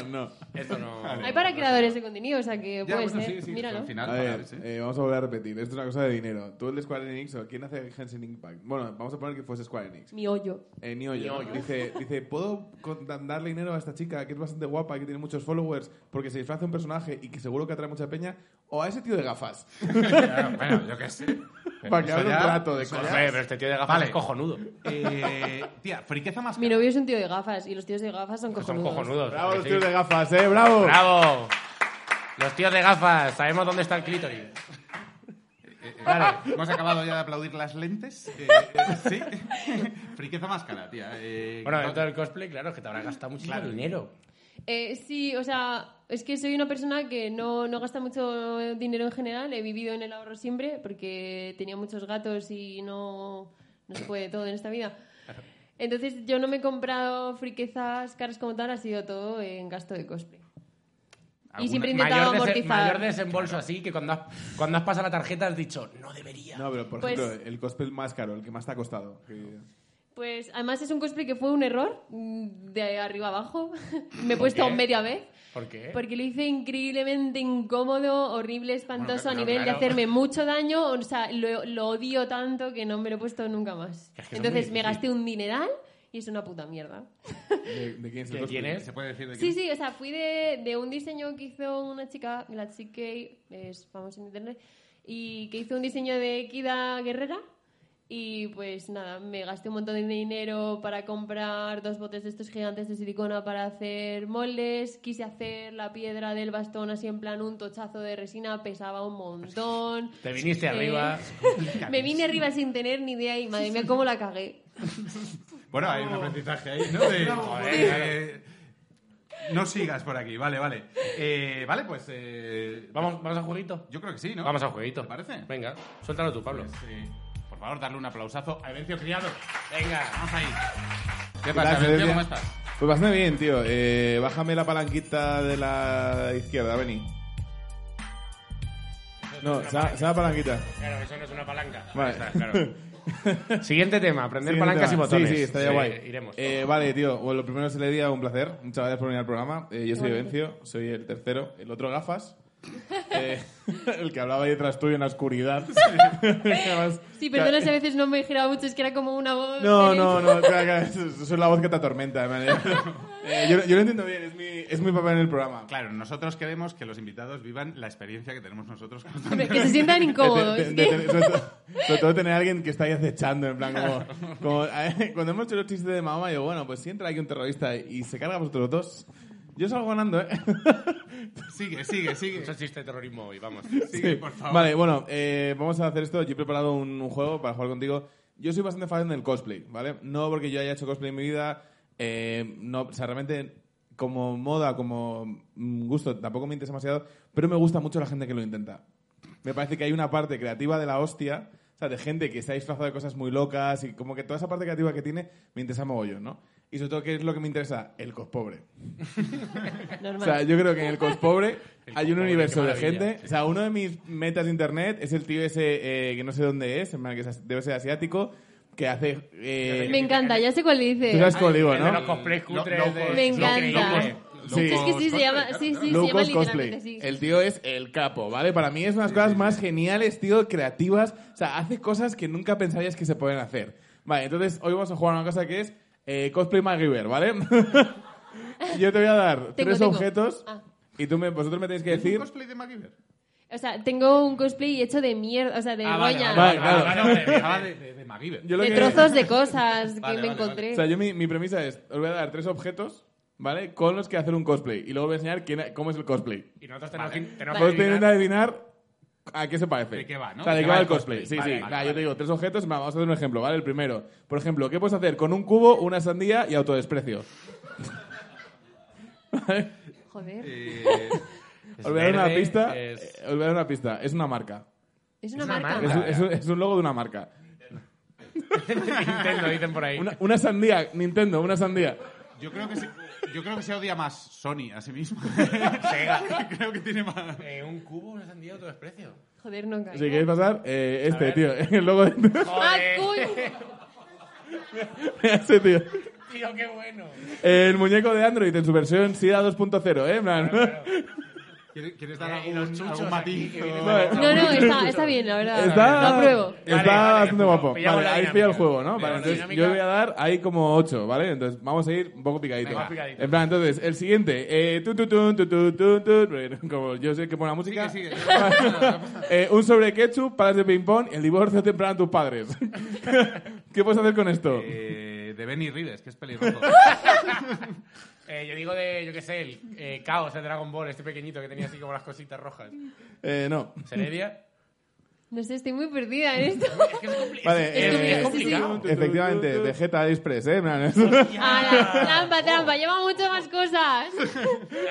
C: (laughs) no, no.
D: Esto no.
E: Hay para creadores de contenido, o sea, que
B: Ya,
E: puede
B: bueno,
E: ser,
B: sí, sí,
E: míralo.
B: Al final,
C: A ver,
B: vale, sí.
C: eh, vamos a volver a repetir. Esto es una cosa de dinero. Tú el de Square Enix o quién hace Genshin Impact. Bueno, vamos a poner que fuese Square Enix.
E: Mi hoyo.
C: Eh, Nioh, ¿no? Dice, dice, ¿puedo con- darle dinero a esta chica que es bastante guapa, que tiene muchos followers, porque se disfraza de un personaje y que seguro que atrae mucha peña? ¿O a ese tío de gafas?
B: Claro, Ah, bueno, yo qué sé.
C: Para que
B: Eso
C: haga un
B: ya-
C: rato de
B: eso
C: cosas.
D: Hombre, pero este tío de gafas
B: Vale.
D: es cojonudo.
B: Eh, tía, friqueza más
E: Mi
B: cara.
E: novio es un tío de gafas y los tíos de gafas son
D: Son
E: cojonudos.
D: cojonudos.
C: Bravo
D: ¿a que
C: los
D: sí?
C: tíos de gafas, ¿eh? Bravo.
D: ¡Bravo! Los tíos de gafas, sabemos dónde está el clítoris.
B: Eh, eh, Hemos acabado ya de aplaudir las lentes. Eh, eh, sí. (laughs) friqueza más cara, tía. Eh,
D: Bueno,
B: no-
D: dentro del cosplay, claro, que te habrá gastado muchísimo dinero.
E: Eh, sí, o sea, es que soy una persona que no, no gasta mucho dinero en general. He vivido en el ahorro siempre porque tenía muchos gatos y no, no se puede todo en esta vida. Entonces yo no me he comprado friquezas caras como tal, ha sido todo en gasto de cosplay. Y
B: alguna-
E: siempre he intentado
D: Mayor, dese- mayor
E: amortizar.
D: desembolso así que cuando has, cuando has pasado la tarjeta has dicho, no debería.
C: No, pero por
E: Pues-
C: ejemplo, el cosplay más caro, el que más te ha costado. que-
E: Pues además es un cosplay que fue un error mm, de arriba abajo. (laughs) me he puesto
D: qué?
E: media vez.
D: ¿Por qué?
E: Porque lo hice increíblemente incómodo, horrible,
B: Bueno,
E: espantoso a
B: claro,
E: nivel de
D: claro.
E: hacerme mucho daño. O sea, lo, lo odio tanto que no me lo he puesto nunca más.
D: Es que es
E: Entonces
D: muy difícil.
E: me gasté un dineral y es una puta mierda.
C: ¿De, de quién es el
D: ¿De
C: cosplay?
D: quién es?
B: ¿Se puede decir de
E: Sí,
B: quién?
E: sí, o sea, fui de, de un diseño que hizo una chica, la chica es famosa en internet, y que hizo un diseño de Kida Guerrera. Y pues nada, me gasté un montón de dinero para comprar dos botes de estos gigantes de silicona para hacer moldes. Quise hacer la piedra del bastón así en plan un tochazo de resina, pesaba un montón.
D: Te viniste
E: Eh,
D: arriba.
E: Me vine arriba sin tener ni idea y madre mía, cómo la cagué.
B: Bueno, hay un aprendizaje ahí, ¿no? De- eh, no sigas por aquí, vale, vale. Eh, vale, pues. eh,
D: ¿Vamos, ¿Vamos a jueguito?
B: Yo creo que sí, ¿no?
D: Vamos a jueguito.
B: ¿Te parece?
D: Venga, suéltalo tú, Pablo.
B: Pues, eh, por favor, darle un aplausazo a Evencio Criado.
D: Venga.
B: Vamos ahí. ¿Qué pasa,
C: Gracias,
B: Evencio?
C: Elia.
B: ¿Cómo estás?
C: Pues bastante bien, tío. Eh, bájame la palanquita de la izquierda, vení. No, se va la palanquita.
D: Claro, eso no es una palanca.
C: Vale.
D: Ahí
C: (laughs)
D: está, claro. Siguiente tema, aprender
C: Siguiente
D: palancas
C: tema.
D: y botones.
C: Sí, sí, estaría guay.
D: Iremos.
C: Eh, vale, tío. Bueno, lo primero es el día, un placer. Muchas gracias por venir al programa. Eh, yo soy Evencio, soy el tercero. El otro, Gafas. (laughs) Eh, (laughs) el que hablaba ahí detrás tuyo en la oscuridad. (laughs) Además,
E: Sí, perdona
C: ca-
E: si a veces no me giraba mucho, es que era como una voz.
C: No,
E: (laughs) en el-
C: no, no, claro, claro, eso- eso es la voz que te atormenta. de
E: (laughs)
C: manera- Eh, yo, yo lo entiendo bien, es mi, es mi papel en el programa.
B: Claro, nosotros queremos que los invitados vivan la experiencia que tenemos nosotros. (laughs)
E: Hombre, (laughs) Que se sientan incómodos.
C: De- de-
E: que-
C: de- de- sobre, todo, sobre todo tener a alguien que está ahí acechando, en plan, como. como, eh, cuando hemos hecho los chistes de Mahoma, yo, bueno, pues si entra aquí un terrorista y se carga a vosotros dos, yo salgo ganando, ¿eh?
B: sigue, sigue, sigue.
D: Eso existe terrorismo hoy, vamos.
B: Sigue, por favor.
C: Vale, bueno, eh, vamos a hacer esto. Yo he preparado un, un juego para jugar contigo. Yo soy bastante fan del cosplay, ¿vale? No porque yo haya hecho cosplay en mi vida. eh, no, o sea, realmente como moda, como mm, gusto, tampoco me interesa demasiado, pero me gusta mucho la gente que lo intenta. Me parece que hay una parte creativa de la hostia, o sea, de gente que está disfrazada de cosas muy locas y como que toda esa parte creativa que tiene me interesa mogollón, ¿no? Y sobre todo, ¿qué es lo que me interesa? El
E: (laughs)
C: cospobre. O
E: Normal.
C: sea, yo creo que en el cospobre hay un
D: cospobre,
C: universo
D: qué
C: de
D: maravilla,
C: gente. O sea, uno de mis metas de internet es el tío ese eh, que no sé dónde es, en plan que es as- debe ser asiático, que hace. eh,
E: Me encanta, ya sé cuál
C: tú sabes
E: dices.
C: cuál digo,
D: El de los
C: ¿no?
D: cosplays
B: Lo-
D: cutres
B: lo-
D: de-
B: lo-
E: Me
B: lo-
E: encanta.
B: lo-
C: Sí.
E: Es que sí, se llama, sí, sí,
C: Low
E: se llama
C: cost
E: literalmente
C: cosplay.
E: así.
C: El tío es el capo, ¿vale? Para mí es unas cosas más geniales, tío, creativas. O sea, hace cosas que nunca pensarías que se pueden hacer. Vale, entonces hoy vamos a jugar a una cosa que es eh, cosplay MacGyver,
E: (laughs)
C: ¿vale? Yo te voy a dar tres
E: tengo.
C: objetos
E: Ah.
C: y tú me, vosotros me tenéis que
B: ¿Es un
C: decir.
B: cosplay de MacGyver?
E: O sea, tengo un cosplay hecho de mierda, o sea,
D: Ah,
E: de roña,
C: vale, claro.
B: Pensaba de, de, de MacGyver.
C: Yo lo
E: de
C: que-
E: trozos de cosas que
B: Vale,
E: me
B: vale,
E: encontré.
C: O sea, yo mi, mi premisa es, os voy a dar tres objetos, ¿vale? Con los que hacer un cosplay. Y luego voy a enseñar quién- cómo es el cosplay.
D: Y nosotros tenemos que- tenemos que
C: Vosotros tenéis que
D: adivinar.
C: adivinar a qué se parece.
B: ¿De qué va, no?
C: O sea, de qué va el cosplay. Sí,
B: Vale,
C: sí.
B: vale,
C: Nada, Yo
B: vale.
C: te digo, tres objetos, vamos a hacer un ejemplo, ¿vale? El primero. Por ejemplo, ¿qué puedes hacer con un cubo, una sandía y autodesprecio?
E: Joder,
B: Eh,
D: Es
C: Os voy a dar una
D: verde,
C: pista.
D: es-
C: eh, Os voy a dar una pista. Es una marca.
E: es una
D: una
E: marca.
C: Es,
D: marca.
C: un- es un, es un logo de una marca.
D: Nintendo, dicen por ahí.
C: Una, una sandía, Nintendo, una sandía.
B: yo, creo que se, yo creo que se odia más Sony a sí mismo.
D: Sega.
B: (laughs) creo que tiene más...
D: Eh, un cubo, una sandía, otro desprecio.
E: Joder, no caigo.
C: Si queréis pasar, eh, este, tío. (laughs) El logo de...
E: ¡Ah,
D: Joder.
E: coño!
C: Ese, tío.
D: Tío, qué bueno.
C: El muñeco de Android en su versión SIDA 2.0, ¿eh? En plan,
B: ¿Quieres, quieres dar
D: Eh, y los
B: algún,
D: chuchos
B: algún
D: aquí,
B: matiz?
D: que vienen
B: o-
D: con los
E: No, no, está, está bien, la verdad.
C: Está,
E: Lo Ah, apruebo.
C: está
D: Vale, vale, pues
C: bastante guapo.
D: pillamos
C: Vale,
D: la
C: ahí
D: dinámica.
C: pilla el juego, ¿no?
D: Pillamos
C: Vale,
D: la
C: entonces
D: dinámica.
C: yo voy a dar ahí como 8, ¿vale? Entonces vamos a ir un poco picadito.
D: Venga, picadito.
C: En plan, entonces, el siguiente. Eh, tu, tu, tu, tu, tu, tu, tu, bueno, como yo sé que pone la música.
B: Sigue, sigue.
C: (laughs) Eh, un sobre de ketchup, palas de ping-pong, el divorcio temprano a tus padres. (laughs) ¿Qué puedes hacer con esto?
B: Eh, de Benny Rides, que es
C: (laughs)
B: pelirrojo.
D: Eh, yo digo de, yo qué sé, el eh, caos de Dragon Ball, este pequeñito que tenía así como las cositas rojas.
C: Eh, no.
D: ¿Seredia?
E: No sé, estoy muy perdida en esto.
D: Es que es, compli-
C: Vale,
D: es- es-
C: eh,
D: es complicado.
C: Efectivamente, de Geta Express, ¿eh? En plan, (laughs)
E: Ahora, trampa, trampa, lleva muchas más cosas.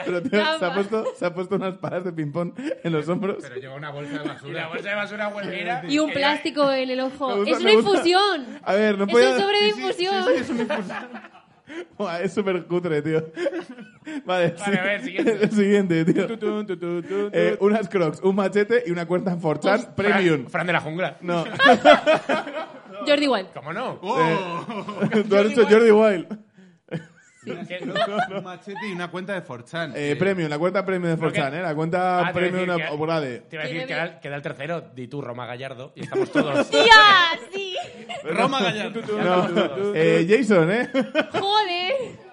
C: Pero tío, se, ha
E: Trampa.
C: puesto, se ha puesto unas palas de ping-pong en los hombros.
B: Pero lleva una bolsa de
D: Y la
B: basura.
D: bolsa de basura huelguera.
E: Y un plástico en el ojo.
C: Me gusta,
E: es una
C: me gusta.
E: infusión.
C: A ver, no
E: Es
C: puedo.
E: un sobre de infusión.
C: Buah, Es súper cutre,
D: (laughs)
C: tío. Vale, sí.
D: a ver, siguiente.
C: El (laughs) siguiente, tío. Eh, unas crocs, un machete y una cuerda en Forchan Premium.
D: Fran, Fran de la jungla. (laughs)
C: No, (laughs)
E: Jordi igual.
D: ¿Cómo no?
B: ¡Oh!
C: Eh, tú has dicho Jordi Wild.
D: ¿Qué-
B: Un machete y una cuenta de Forchan.
C: Eh, Premium, la cuenta Premium de Forchan, ¿eh? La cuenta
D: Ah, te iba a
C: Premium
D: decir
C: de
D: que-
C: Obrade.
D: Te iba a decir
E: Tiene
D: que era, que era el tercero, di tú, Roma Gallardo, y estamos (laughs) todos.
E: (laughs) ¡Tía! ¡Sí!
B: Eh, Roma
C: (laughs)
B: Gallardo.
C: No, eh, Jason,
D: (laughs)
C: ¿eh?
E: ¡Joder!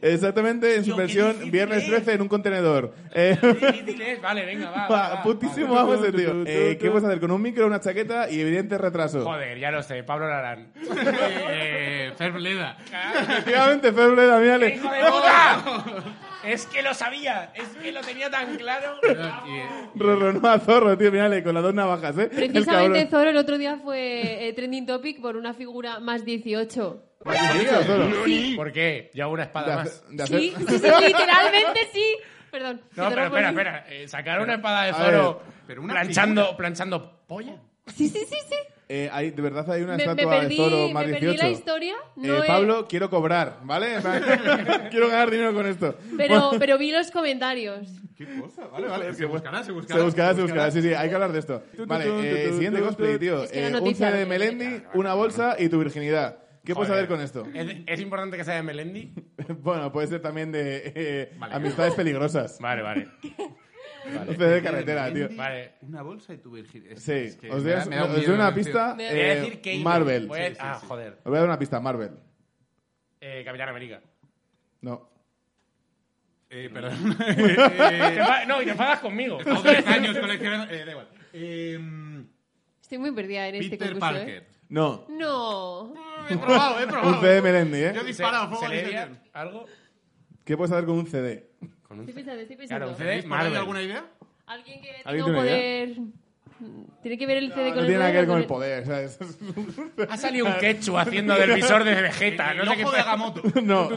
C: Exactamente en su
D: Tío, qué
C: versión
D: difícil
C: Viernes
D: es.
C: 13 en un contenedor. Eh,
D: Difícil es, vale, venga, va. va,
C: (laughs) Va,
D: va.
C: putísimo vamos, eh, tío. Eh, ¿Qué vas a hacer? ¿Con un micro, una chaqueta y evidente retraso?
D: Joder, ya lo sé, Pablo Larán.
B: Eh, Fer Bleda.
C: Efectivamente, Febre, Damián.
D: ¡Hijo de puta! Es que lo sabía, es que lo tenía tan claro.
B: Eh,
C: Roronó a Zorro, tío, mírale, con las dos navajas, ¿eh? El
E: Precisamente
C: cabrón.
E: Zoro el otro día fue eh, trending topic por una figura más 18.
C: Tío, Zorro.
D: ¿Por qué? Yo hago una
C: De
D: espada más.
C: hacer- de hacer-
E: Sí, sí, sí, literalmente sí. Perdón.
D: No,
E: que Zoro
D: pero
E: fue-
D: espera, espera. eh, sacar una espada de
C: a ver,
D: Zoro
B: pero una
D: planchando, planchando polla.
E: Sí, sí, sí, sí.
C: (laughs) Eh, hay, de verdad hay una
E: Me, me
C: estatua de Zoro
E: perdí,
C: más
E: me perdí
C: 18.
E: la historia.
C: Eh,
E: no he-
C: Pablo, quiero cobrar, ¿vale? (laughs) quiero ganar dinero con esto. (laughs)
E: pero, pero vi los comentarios.
B: ¿Qué cosa? Vale, vale. Se buscará, se
C: Se buscará, se buscará. Sí, sí, hay que hablar de esto.
B: tu,
C: Vale, eh,
B: tu,
C: siguiente
B: tu,
C: cosplay,
B: tu.
C: tío.
E: Es que
C: Eh,
E: la
C: un
E: noticia
C: CD
E: no
C: de
E: tiene
C: Melendi, una bolsa y tu virginidad. ¿Qué puedes hacer con esto?
D: ¿Es, es importante que sea de Melendi?
C: (laughs) bueno, puede ser también de eh, amistades peligrosas.
D: Vale, vale.
C: Un CD de carretera, tío.
D: Vale.
B: Una bolsa y tu virginidad.
C: Sí,
B: Es que
C: os
B: me
C: doy,
B: da- me da un
C: os doy
B: miedo,
C: una
B: en serio.
C: pista.
E: Me-
C: eh,
D: Voy a decir Cable.
C: Marvel.
D: Voy a- ah, joder.
C: Os voy a dar una pista, Marvel.
D: Eh, Capitán América.
C: No.
B: Eh, perdón. (laughs)
D: Te fa- no, y te enfadas
C: (laughs)
D: conmigo.
B: Llevo 10 años coleccionando. Eh, da igual. Eh,
E: Estoy muy perdida en este
B: Peter
E: concurso. ¿eh?
B: Parker.
C: No.
E: No.
B: He probado, he probado.
C: Un CD de Melendi, ¿eh?
B: Yo he disparado fuego.
D: ¿Celeria? ¿Algo?
C: ¿Qué puedes hacer con un CD?
E: Estoy pensando, estoy pensando.
D: Claro, CD.
B: ¿Tenéis por ahí
D: Marvel.
B: alguna idea?
E: Alguien que
C: ¿Alguien
E: tenga
C: tiene
E: un
C: una
E: poder. Mm, Tiene que ver el CD con
C: No
E: el
C: tiene nada que ver con el
E: poder,
C: poder, ¿sabes? (laughs)
D: Ha salido un quechu haciendo del visor de Vegeta. No
B: el
D: sé qué
B: ojo de
D: fue.
B: Agamotto.
C: No.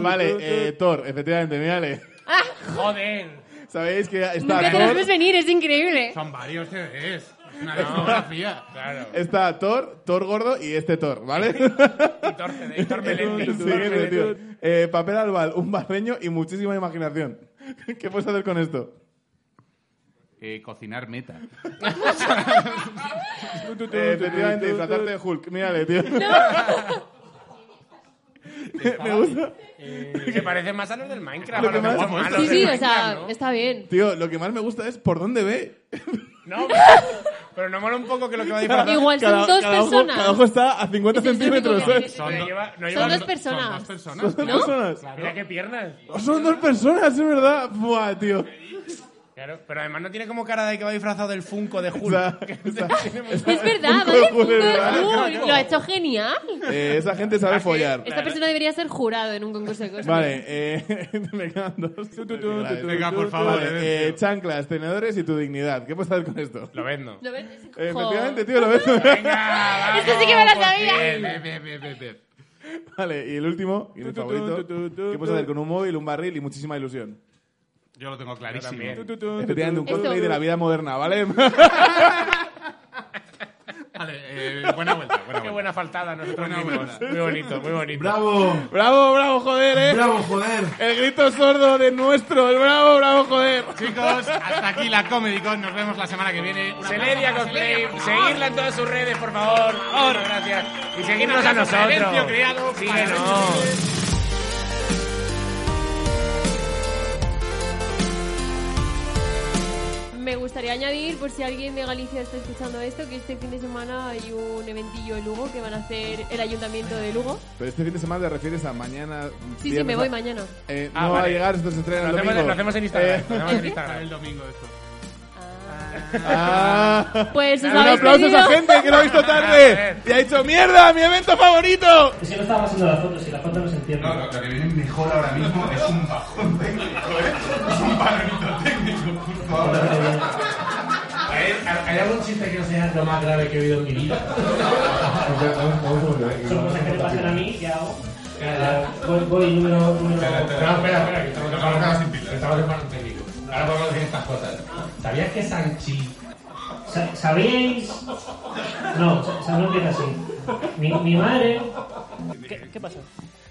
C: Vale, eh, Thor, efectivamente, mírale. (laughs)
D: Joder.
C: Sabéis que
E: Nunca
C: está
E: te lo ves
C: Thor,
E: venir, es increíble.
B: Son varios CDs. Una discografía.
D: Claro.
C: está Thor, Thor gordo y este
B: (laughs)
C: Thor, ¿vale?
D: Y (laughs) Torce de Thor Melendi.
C: Siguiente, tío. Eh, papel albal, un barbeño y muchísima imaginación. (laughs) ¿Qué puedes hacer con esto?
B: Eh, cocinar meta.
C: Eh, efectivamente, disfrazarte de Hulk. Mírale, tío. (laughs) Me gusta.
D: Que parecen más a los del Minecraft.
C: Ah, Lo
D: a
C: que
D: los
C: más-
D: guapos, a los
E: Sí,
D: del
E: sí, o
D: Minecraft,
E: sea, está bien.
C: Tío, lo que más me gusta es por dónde ve.
D: ¿no? No, pero- pero no mola un poco que lo que va a disfrazar...
E: Igual son
C: Cada-
E: dos
C: cada ojo-
E: personas. Este
C: cada ojo está a 50
E: Es el
C: centímetros.
E: único
C: (laughs)
E: que
C: ¿sabes?
D: No
E: tiene-
D: lleva- no lleva-
E: Son dos personas.
B: personas.
C: Dos personas.
D: Mira qué piernas.
C: Oh, Son dos personas, es verdad. Buah, tío.
D: Claro, pero además no tiene como cara de que va disfrazado del Funko de Hulk.
C: O sea, (laughs) esa,
E: Es verdad,
C: Funko
E: vale,
C: de Hulk,
E: Funko de
C: ¿verdad?
E: Hulk. Lo ha hecho genial.
C: eh, esa gente sabe follar.
E: Esta persona debería ser jurado en un concurso de cosas.
C: Vale, eh, (laughs) me quedan dos. Venga,
B: Venga, por favor,
C: Vale, eh,
B: Edencio.
C: chanclas, tenedores y tu dignidad. ¿Qué puedes hacer con esto?
D: (laughs) Lo vendo.
E: ¿Lo ves?
C: Eh,
E: Jo.
C: efectivamente, tío, Ah, lo ves.
E: (laughs) Esto sí que me la sabía.
B: Ve, ve, ve, ve, ve.
C: (laughs) vale, y el último, y mi favorito. ¿Qué puedes hacer con un móvil, un barril y muchísima ilusión?
B: Yo lo tengo clarísimo.
C: Efectivamente, un
E: Esto.
C: cosplay de la vida moderna, ¿vale? (laughs)
B: Vale, eh, buena vuelta, buena
D: Qué
B: vuelta.
D: buena faltada nosotros
B: Buena
D: mismos.
B: buena.
D: Muy bonito, muy bonito.
I: Bravo,
C: bravo, bravo, joder, eh.
I: bravo, joder.
C: El grito sordo de nuestro, el bravo, bravo, joder.
B: Chicos, hasta aquí la Comedy Con. Nos vemos la semana que viene. Un aplauso
D: Celeria
B: para
D: Cosplay,
B: Celeria, por favor.
D: seguirla en todas sus redes, por favor. Muchas gracias. Y seguirnos a
B: aplauso para
D: nosotros.
B: Edencio Criado, para
D: Síguenos.
E: Me gustaría añadir, por si alguien de Galicia está escuchando esto, que este fin de semana hay un eventillo en Lugo que van a hacer el Ayuntamiento de Lugo.
C: Pero este fin de semana te refieres a mañana.
E: Sí, sí,
C: viernes,
E: me
C: a-
E: voy mañana.
C: Eh,
D: Ah,
C: no va a
D: vale.
C: llegar, esto se estrena el
D: Lo hacemos,
C: domingo.
D: lo hacemos en Instagram.
C: Eh,
D: Lo hacemos en
B: Para el
D: Instagram.
B: domingo esto.
C: (laughs) ah.
E: Pues os
C: Un
E: habéis
C: aplauso a esa
E: perdido-
C: gente que lo ha
B: (laughs)
C: visto tarde y ha dicho ¡Mierda, mi evento favorito!
J: Si no estaba haciendo las fotos, si las fotos no se entienden.
B: No, lo que viene mejor ahora mismo es un bajón técnico, ¿eh? Es un barrito técnico, por favor.
J: ¿Hay algún chiste que no sea lo más grave que he oído en mi vida? Son cosas que me pasan a mí, ¿qué hago? Voy, voy número, número...
K: No, espera, espera, que estamos trabajando sin pila. Estamos trabajando un técnico. Ahora podemos decir estas cosas. ¿Sabías que Sanchi
J: Sa- ¿Sabéis? No, sa- sa- no empieza así. Mi, mi madre...
G: ¿Qué, qué pasó?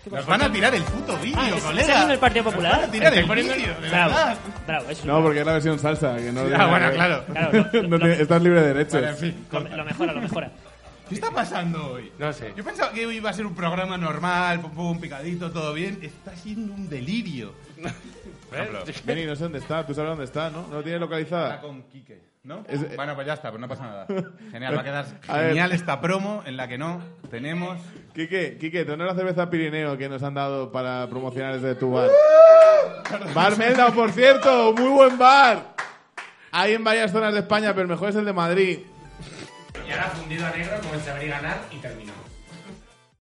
G: ¿Qué
B: Nos
G: pasó?
B: van a tirar el puto vídeo,
G: Ah, ¿es- ¿es alguien del
B: colega.
G: Partido Popular?
B: Tirar el vídeo, de
G: Bravo,
B: verdad.
G: bravo, eso.
C: No, porque es la versión salsa. Que no
B: Ah, bueno, claro.
G: Claro, lo,
C: (laughs) No
G: lo-
C: te- estás libre de derechos.
B: Vale, en fin,
G: lo- lo mejora, lo mejora.
B: ¿Qué está pasando hoy?
D: No sé.
B: Yo pensaba que hoy iba a ser un programa normal, pum, pum, picadito, todo bien. Está siendo un (laughs) delirio. Hablo.
C: Vení, no sé dónde está. Tú sabes dónde está, ¿no? ¿No lo tienes
B: Está
C: localizada?
B: con Quique, ¿no?
C: Es-
B: Bueno, pues ya está, pues no pasa (laughs) nada. Genial, va a quedar
C: A ver.
B: genial esta promo en la que no tenemos...
C: Quique, Quique, ¿dónde la cerveza Pirineo que nos han dado para promocionar desde
B: (laughs)
C: tu bar? bar Melda, por cierto, muy buen bar. Hay en varias zonas de España, pero el mejor es el de Madrid.
D: Y ahora fundido a negro, como se debería ganar y terminamos.